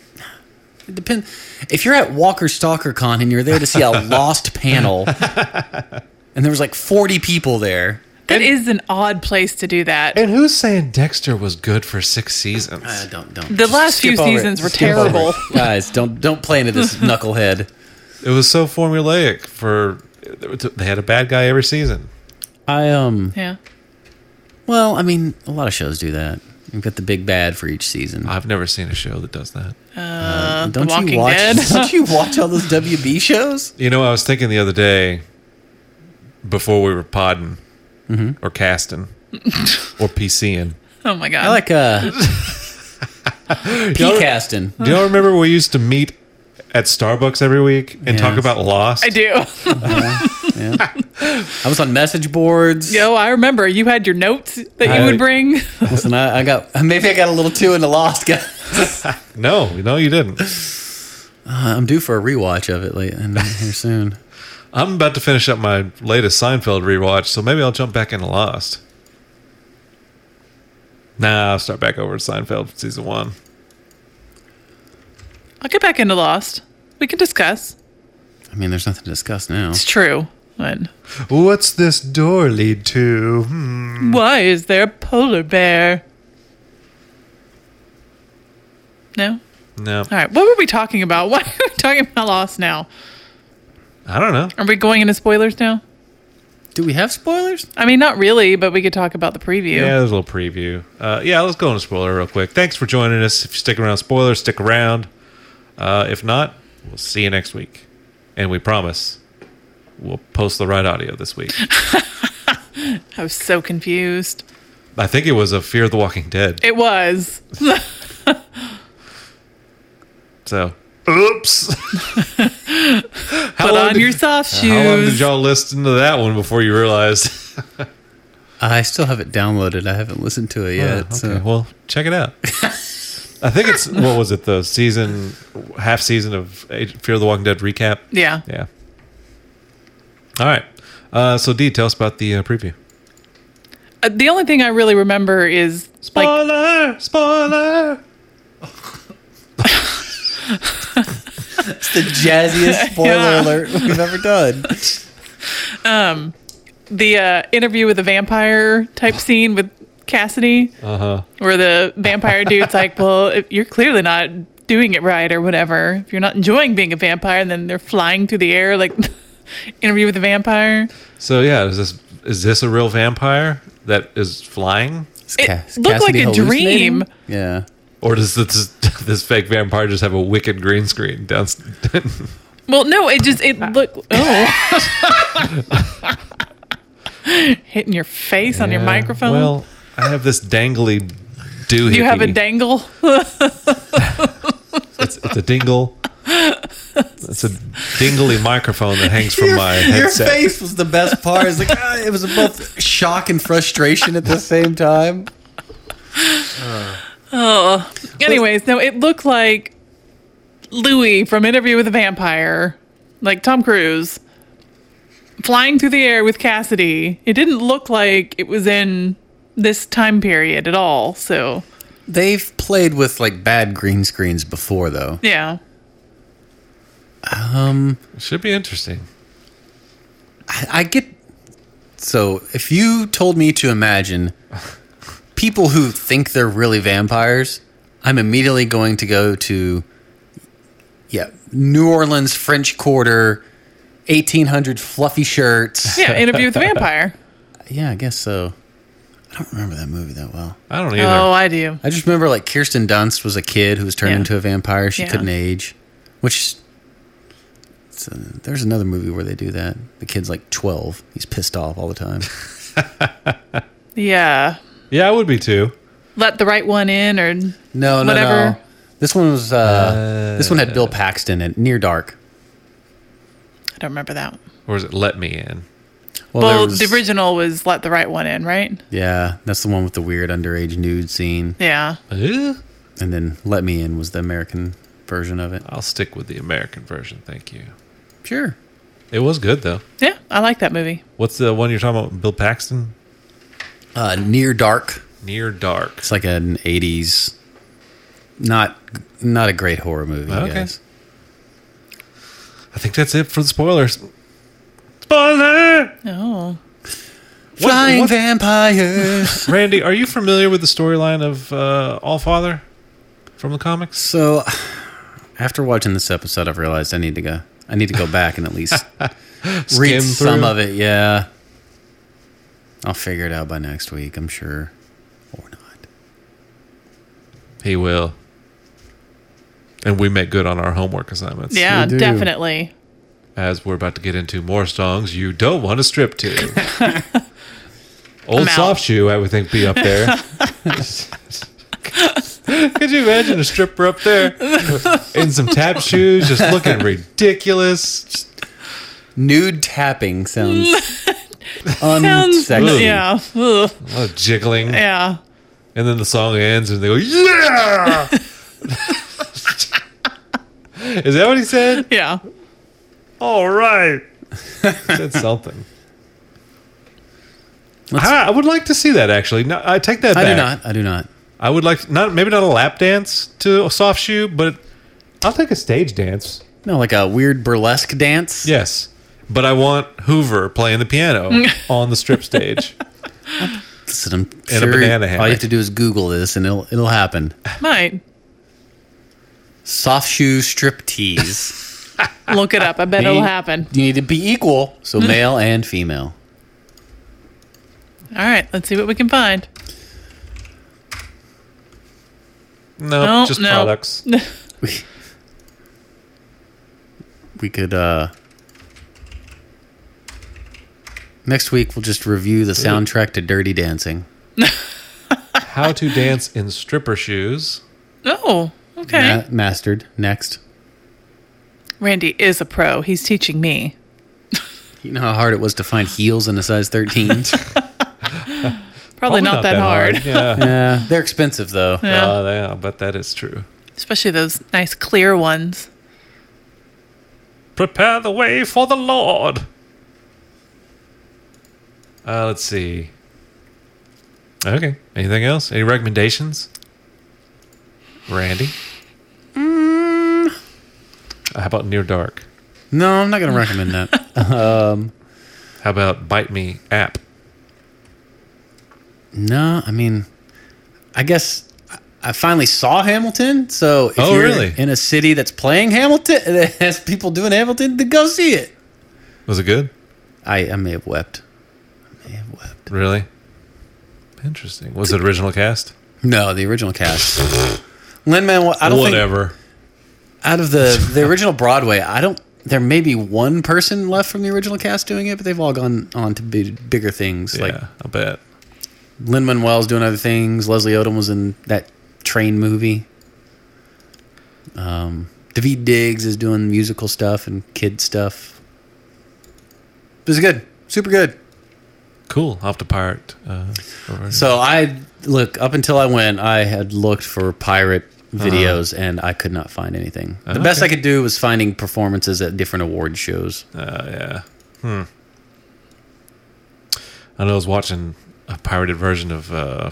it depends. If you're at Walker Stalker Con and you're there to see a lost panel, and there was like 40 people there, That is an odd place to do that. And who's saying Dexter was good for six seasons? uh, don't don't. The last skip few over it. seasons were Skip over it. terrible. guys. Don't don't play into this knucklehead. It was so formulaic. For they had a bad guy every season. I um. Yeah. Well, I mean, a lot of shows do that. You've got the big bad for each season. I've never seen a show that does that. don't Walking you watch? Dead. don't you watch all those WB shows? You know, I was thinking the other day, before we were podding Mm-hmm. or casting or PCing. Oh my god. I like uh. P casting. Do y'all remember we used to meet at Starbucks every week and talk Yes. about Lost? I do. I was on message boards. Yo, I remember you had your notes that you I- would bring. Listen, I, I got maybe I got a little too into Lost. guys. No, no, you didn't. Uh, I'm due for a rewatch of it late and here soon. I'm about to finish up my latest Seinfeld rewatch, so maybe I'll jump back into Lost. Nah, I'll start back over to Seinfeld season one. I'll get back into Lost. We can discuss. I mean, there's nothing to discuss now. It's true. But What's this door lead to? Hmm. why is there a polar bear? No? No, All right. What were we talking about? Why are we talking about Lost now? I don't know. Are we going into spoilers now? Do we have spoilers? I mean, not really, but we could talk about the preview. Yeah, there's a little preview. Uh, yeah, let's go on a spoiler real quick. Thanks for joining us. If you stick around, spoilers, stick around. Uh, if not, we'll see you next week. And we promise we'll post the right audio this week. I was so confused. I think it was a Fear of the Walking Dead. It was. So, oops. how, Put long on did, your soft shoes. how long did y'all listen to that one before you realized? I still have it downloaded. I haven't listened to it Yeah, Oh, yet. okay. uh, so. Well, check it out. I think it's what was it the season half season of Age- Fear of the Walking Dead recap. yeah. Yeah. All right. Uh, so, D, tell us about the uh, preview. Uh, the only thing I really remember is like Spoiler! spoiler! It's the jazziest spoiler Yeah. alert we've ever done. the uh, interview with the vampire type scene with Cassidy, Uh huh. where the vampire dude's like, "Well, if you're clearly not doing it right, or whatever. If you're not enjoying being a vampire, and then they're flying through the air like." Interview with the vampire. So, yeah, is this is this a real vampire that is flying, It's It Cass- looked like Cassidy a hallucinating? dream. Yeah. or does this this fake vampire just have a wicked green screen down? Well, no, it just it looked oh hitting your face on your Yeah, microphone. Well, I have this dangly doohickey. Do you have a dangle? It's, it's a dingle. It's a dingly microphone that hangs from my headset. Your face was the best part. It's like ah, it was both shock and frustration at the same time. Anyways, no, it looked like Louis from Interview with a Vampire, like Tom Cruise, flying through the air with Cassidy. It didn't look like it was in this time period at all. So, They've played with like bad green screens before, though. yeah. Should be interesting. I get. So if you told me to imagine people who think they're really vampires, I'm immediately going to go to, yeah, New Orleans French Quarter, 1800 fluffy shirts. Yeah, Interview with a Vampire. Yeah, I guess so. I don't remember that movie that well. I don't either. Oh, I do. I just remember like Kirsten Dunst was a kid who was turned Yeah. into a vampire. She Yeah. couldn't age, which It's uh there's another movie where they do that. The kid's like 12. He's pissed off all the time. Yeah. Yeah, I would be too. Let the right one in or No, no, no. Whatever. This one was uh, this one had Bill Paxton in it, Near Dark. I don't remember that. one. Or is it Let Me In? Well, Well, there was- the original was let the right one in, right? Yeah, that's the one with the weird underage nude scene. Yeah. Eh? And then Let Me In was the American version of it. I'll stick with the American version. Thank you. Sure. It was good though. Yeah, I like that movie. What's the one you're talking about? Bill Paxton? Uh, Near Dark. Near Dark. It's like an 80s not not a great horror movie, Okay. guys. I think that's it for the spoilers. Spoiler! Oh. Flying what- vampires. Randy, are you familiar with the storyline of uh, Allfather from the comics? so after watching this episode, I've realized I need to go I need to go back and at least read Skim some through? of it. Yeah, I'll figure it out by next week. I'm sure, or not. He will. And we make good on our homework assignments. Yeah, do. definitely. As we're about to get into more songs you don't want to strip to. Old I'm out. soft shoe, I would think, be up there. Could you imagine a stripper up there in some tap shoes, just looking ridiculous? Nude tapping sounds Sounds- unsexy. Yeah. Ugh. A lot of jiggling. Yeah. And then the song ends and they go, Yeah! Is that what he said? Yeah. All right. That's something. I, I would like to see that actually. No, I take that I back. do not. I do not. I would like not maybe not a lap dance to a soft shoe, but I'll take a stage dance. No, like a weird burlesque dance. Yes. But I want Hoover playing the piano on the strip stage. Listen, I'm a sure banana All hammock. you have to do is Google this, and it'll it'll happen. Might. Soft shoe strip tease. Look it up. I bet it'll happen. You need to be equal, so male and female. All right, let's see what we can find. No, No, just no. products. We we could uh next week we'll just review the soundtrack to Dirty Dancing. How to dance in stripper shoes. Oh, okay. Ma- mastered next. Randy is a pro. He's teaching me. You know how hard it was to find heels in a size 13. Probably, not, that, hard. Yeah. yeah, they're expensive though. Yeah. Uh, yeah, but that is true. Especially those nice clear ones. Prepare the way for the Lord. Uh, let's see. Okay. Anything else? Any recommendations? Randy? Mm. How about Near Dark? No, I'm not going to recommend that. How about Bite Me app? no, I mean I guess I- I finally saw Hamilton, so if Oh, you're really? in a city that's playing Hamilton that has people doing Hamilton, then go see it. Was it good? I, I may have wept. I may have wept. Really? Interesting. Was it original cast? No, the original cast. Lin Manuel. I don't think Whatever. out of the the original Broadway. I don't. There may be one person left from the original cast doing it, but they've all gone on to be bigger things. Like yeah, I bet. Lin Manuel's doing other things. Leslie Odom was in that train movie. Um, David Diggs is doing musical stuff and kid stuff. It was good, super good. Cool. Off to pirate. Uh, over- So I look up until I went, I had looked for pirate videos and I could not find anything. The best I Okay. could do was finding performances at different award shows. Uh, yeah. Hmm. I know I was watching a pirated version of uh,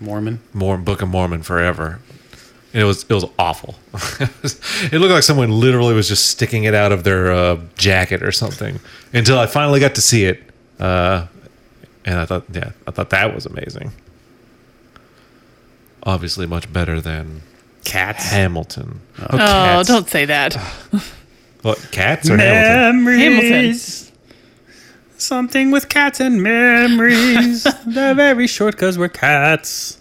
Mormon. Mor- Book of Mormon forever. And it was it was awful. it looked like someone literally was just sticking it out of their uh, jacket or something. Until I finally got to see it, uh, and I thought, yeah, I thought that was amazing. Obviously, much better than Cats. Hamilton. Oh, Oh, cats. don't say that. What, cats or Hamilton? Hamilton. Something with cats and memories. They're very short because we're cats.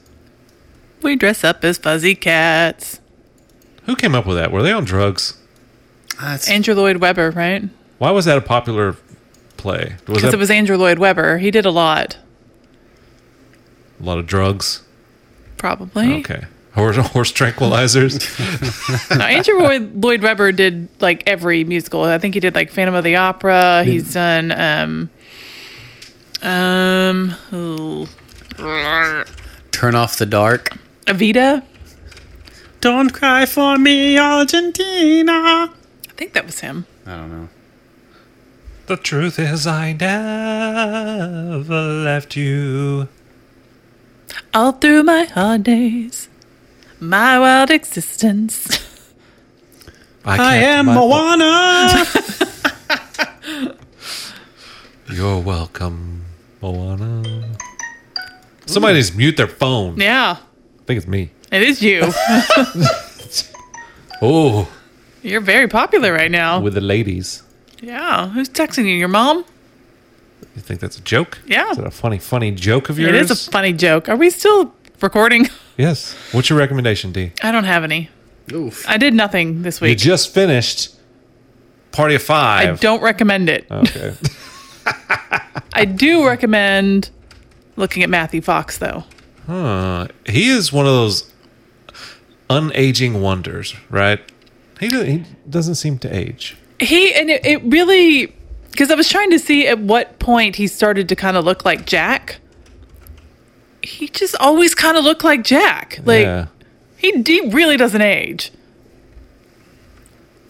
We dress up as fuzzy cats. Who came up with that? Were they on drugs? That's- Andrew Lloyd Webber, right? Why was that a popular play? Was Because that it was Andrew Lloyd Webber. He did a lot, a lot of drugs? probably. Okay. Horse, horse tranquilizers. No, Andrew Lloyd, Lloyd Webber did like every musical. I think he did like Phantom of the Opera. He's done um um ooh, Turn off the dark. Evita. Don't cry for me, Argentina. I think that was him. I don't know. the truth is, I never left you. All through my hard days, my wild existence. can't- my- Moana. You're welcome, Moana. Somebody needs to mute their phone. Yeah, I think it's me. it is you. Oh, You're very popular right now. with the ladies. Yeah, who's texting you? Your mom? You think that's a joke? Yeah. Is that a funny, funny joke of yours? It is a funny joke. Are we still recording? yes. What's your recommendation, D? I don't have any. Oof. I did nothing this You week. just finished Party of I Five. don't recommend it. Okay. I do recommend looking at Matthew Fox, though. Huh. Uh, He is one of those unaging wonders, right? He, do- he doesn't seem to age. He and it, it really because I was trying to see at what point he started to kind of look like Jack. He just always kind of looked like Jack. Like yeah. he, he really doesn't age.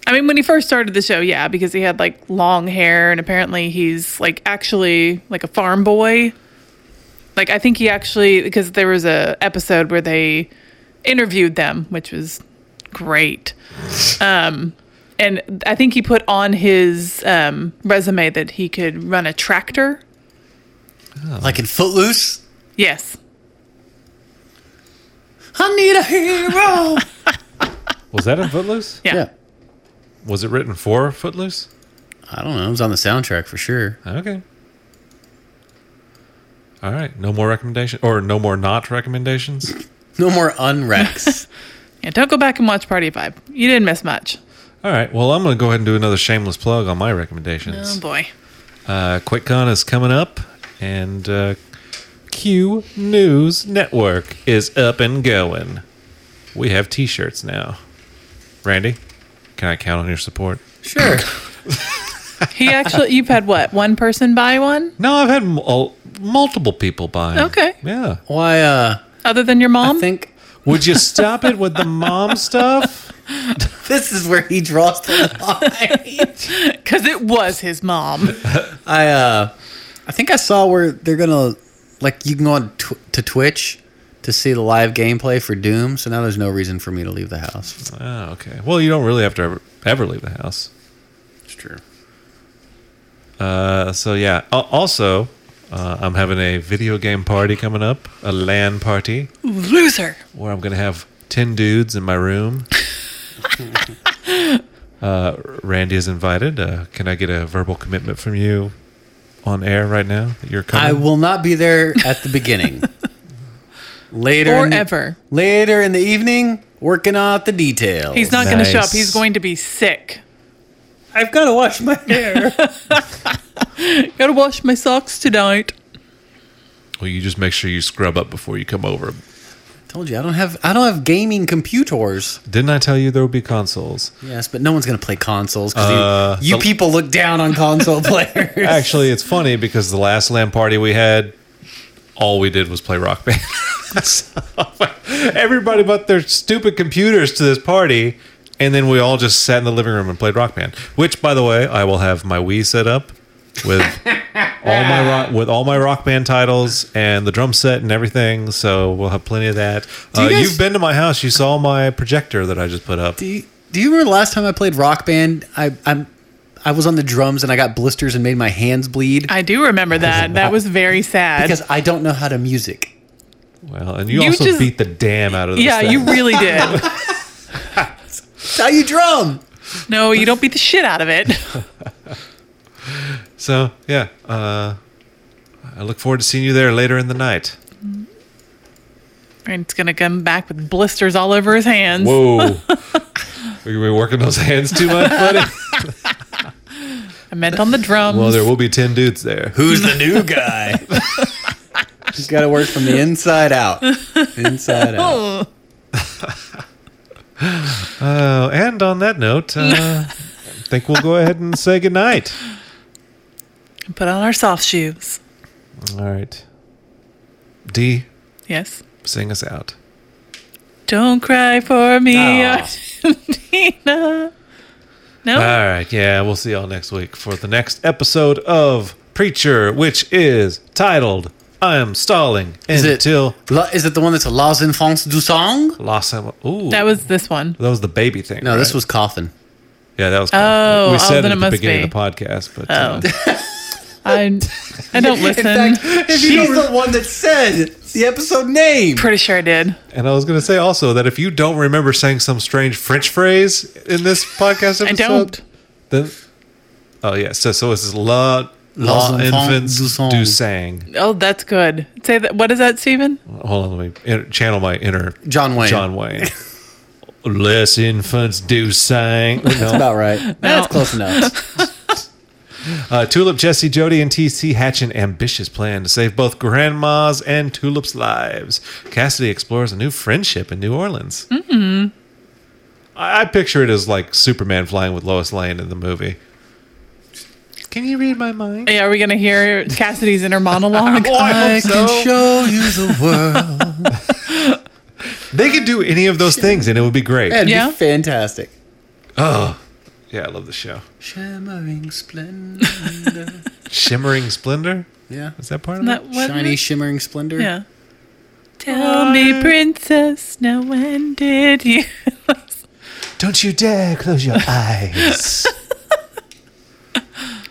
I mean, when he first started the show, yeah, because he had like long hair, and apparently he's like actually like a farm boy. Like I think he actually because there was a episode where they interviewed them, which was great. Um, and I think he put on his um, resume that he could run a tractor. Like in Footloose. Yes, I need a hero. Was that in Footloose? yeah. yeah. Was it written for Footloose? I don't know. It was on the soundtrack for sure. Okay. All right. No more recommendation or no more not recommendations. No more unrex. yeah. Don't go back and watch Party of Five. You didn't miss much. All right. Well, I'm going to go ahead and do another shameless plug on my recommendations. Oh boy. Uh, QuickCon is coming up, and uh, Q News Network is up and going. We have T-shirts now. Randy, can I count on your support? sure. He actually, you've had what? One person buy one No, I've had mul- multiple people buy. 'em. Okay. Yeah. Why? Uh, other than your mom? I think Would you stop it with the mom stuff? this is where he draws the line. Because it was his mom. I uh, I think I saw where they're gonna like you can go on tw- to Twitch to see the live gameplay for Doom. So now there's no reason for me to leave the house. Oh, okay. Well, you don't really have to ever, ever leave the house. It's true. Uh, so yeah. Al also, uh, I'm having a video game party coming up, a LAN party. Loser. where I'm going to have 10 dudes in my room. uh, Randy is invited. Uh, can I get a verbal commitment from you on air right now that you're I coming? will not be there at the beginning. later Or in the- ever. later in the evening, working out the details. He's not going to show up. Nice. He's going to be sick. I've got to wash my hair. Gotta wash my socks tonight. well, you just make sure you scrub up before you come over. Told you I don't have I don't have gaming computers. Didn't I tell you there would be consoles? Yes, but no one's gonna play consoles because Uh, you, the- people look down on console players. Actually, it's funny because the last LAN party we had, all we did was play Rock Band. So, Everybody but their stupid computers to this party, and then we all just sat in the living room and played Rock Band. Which, by the way, I will have my Wii set up with all my rock, with all my Rock Band titles and the drum set and everything. So we'll have plenty of that. you Uh, guys- You've been to my house. You saw my projector that I just put up. Do you, do you remember the last time I played Rock Band? I I'm, I was on the drums and I got blisters and made my hands bleed I do remember that. That was very sad. because I don't know how to music. Well, and you, You also just- beat the damn out of this yeah, thing. you really did. That's how you drum. No, you don't beat the shit out of it. So yeah, uh, I look forward to seeing you there later in the night. And it's going to come back with blisters all over his hands. Whoa, Are you working those hands too much, buddy? I meant on the drums. well, there will be 10 dudes there. Who's the new guy? She's got to work from the inside out. Inside out. Oh, Uh, and on that note, uh, I think we'll go ahead and say goodnight. put on our soft shoes. All right. D, Yes. sing us out. Don't cry for me, Aw. Argentina. No. All right. Yeah, we'll see y'all next week for the next episode of Preacher, which is titled I Am Stalling Is it- Until La, is it the one that's Las Enfants du Sang? Los Am- Ooh. that was this one. That was the baby thing. No, this right? was Coffin. Yeah, that was. Oh, we oh, said it then it at the must beginning of be. Oh. the podcast, but uh, I I don't listen. if he's the one that said the episode name. Pretty sure I did. and I was going to say also that if you don't remember saying some strange French phrase in this podcast episode, I don't. Then, oh yeah, so so it's la Los la enfants infants du sang. du sang. Oh, that's good. Say that. What is that, Stephen? Hold on, let me inter- channel my inner John Wayne. John Wayne. Les infants du sang. That's No. about right. That's close enough. Uh, Tulip, Jesse, Jody, and TC hatch an ambitious plan to save both grandma's and Tulip's lives. Cassidy explores a new friendship in New Orleans. Mm-hmm. I, I picture it as like Superman flying with Lois Lane in the movie. Can you read my mind? Yeah, are we gonna hear Cassidy's inner monologue? Oh, I hope so. show you the world. They could do any of those things and it would be great. Oh, That'd Yeah. be fantastic. Yeah, I love the show. Shimmering splendor. Shimmering Splendor? Yeah. Is that part of Isn't it? that what- Shiny, shimmering splendor. Yeah. Tell me, princess, now when did you? Don't you dare close your eyes.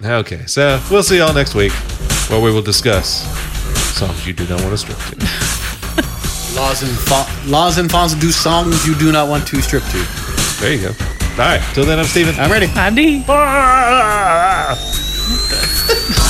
okay, so we'll see y'all next week where we will discuss songs you do not want to strip to. Laws and fa- laws and fonts do songs you do not want to strip to. There you go. All right, till then, I'm Steven. I'm ready. I'm D. Ah!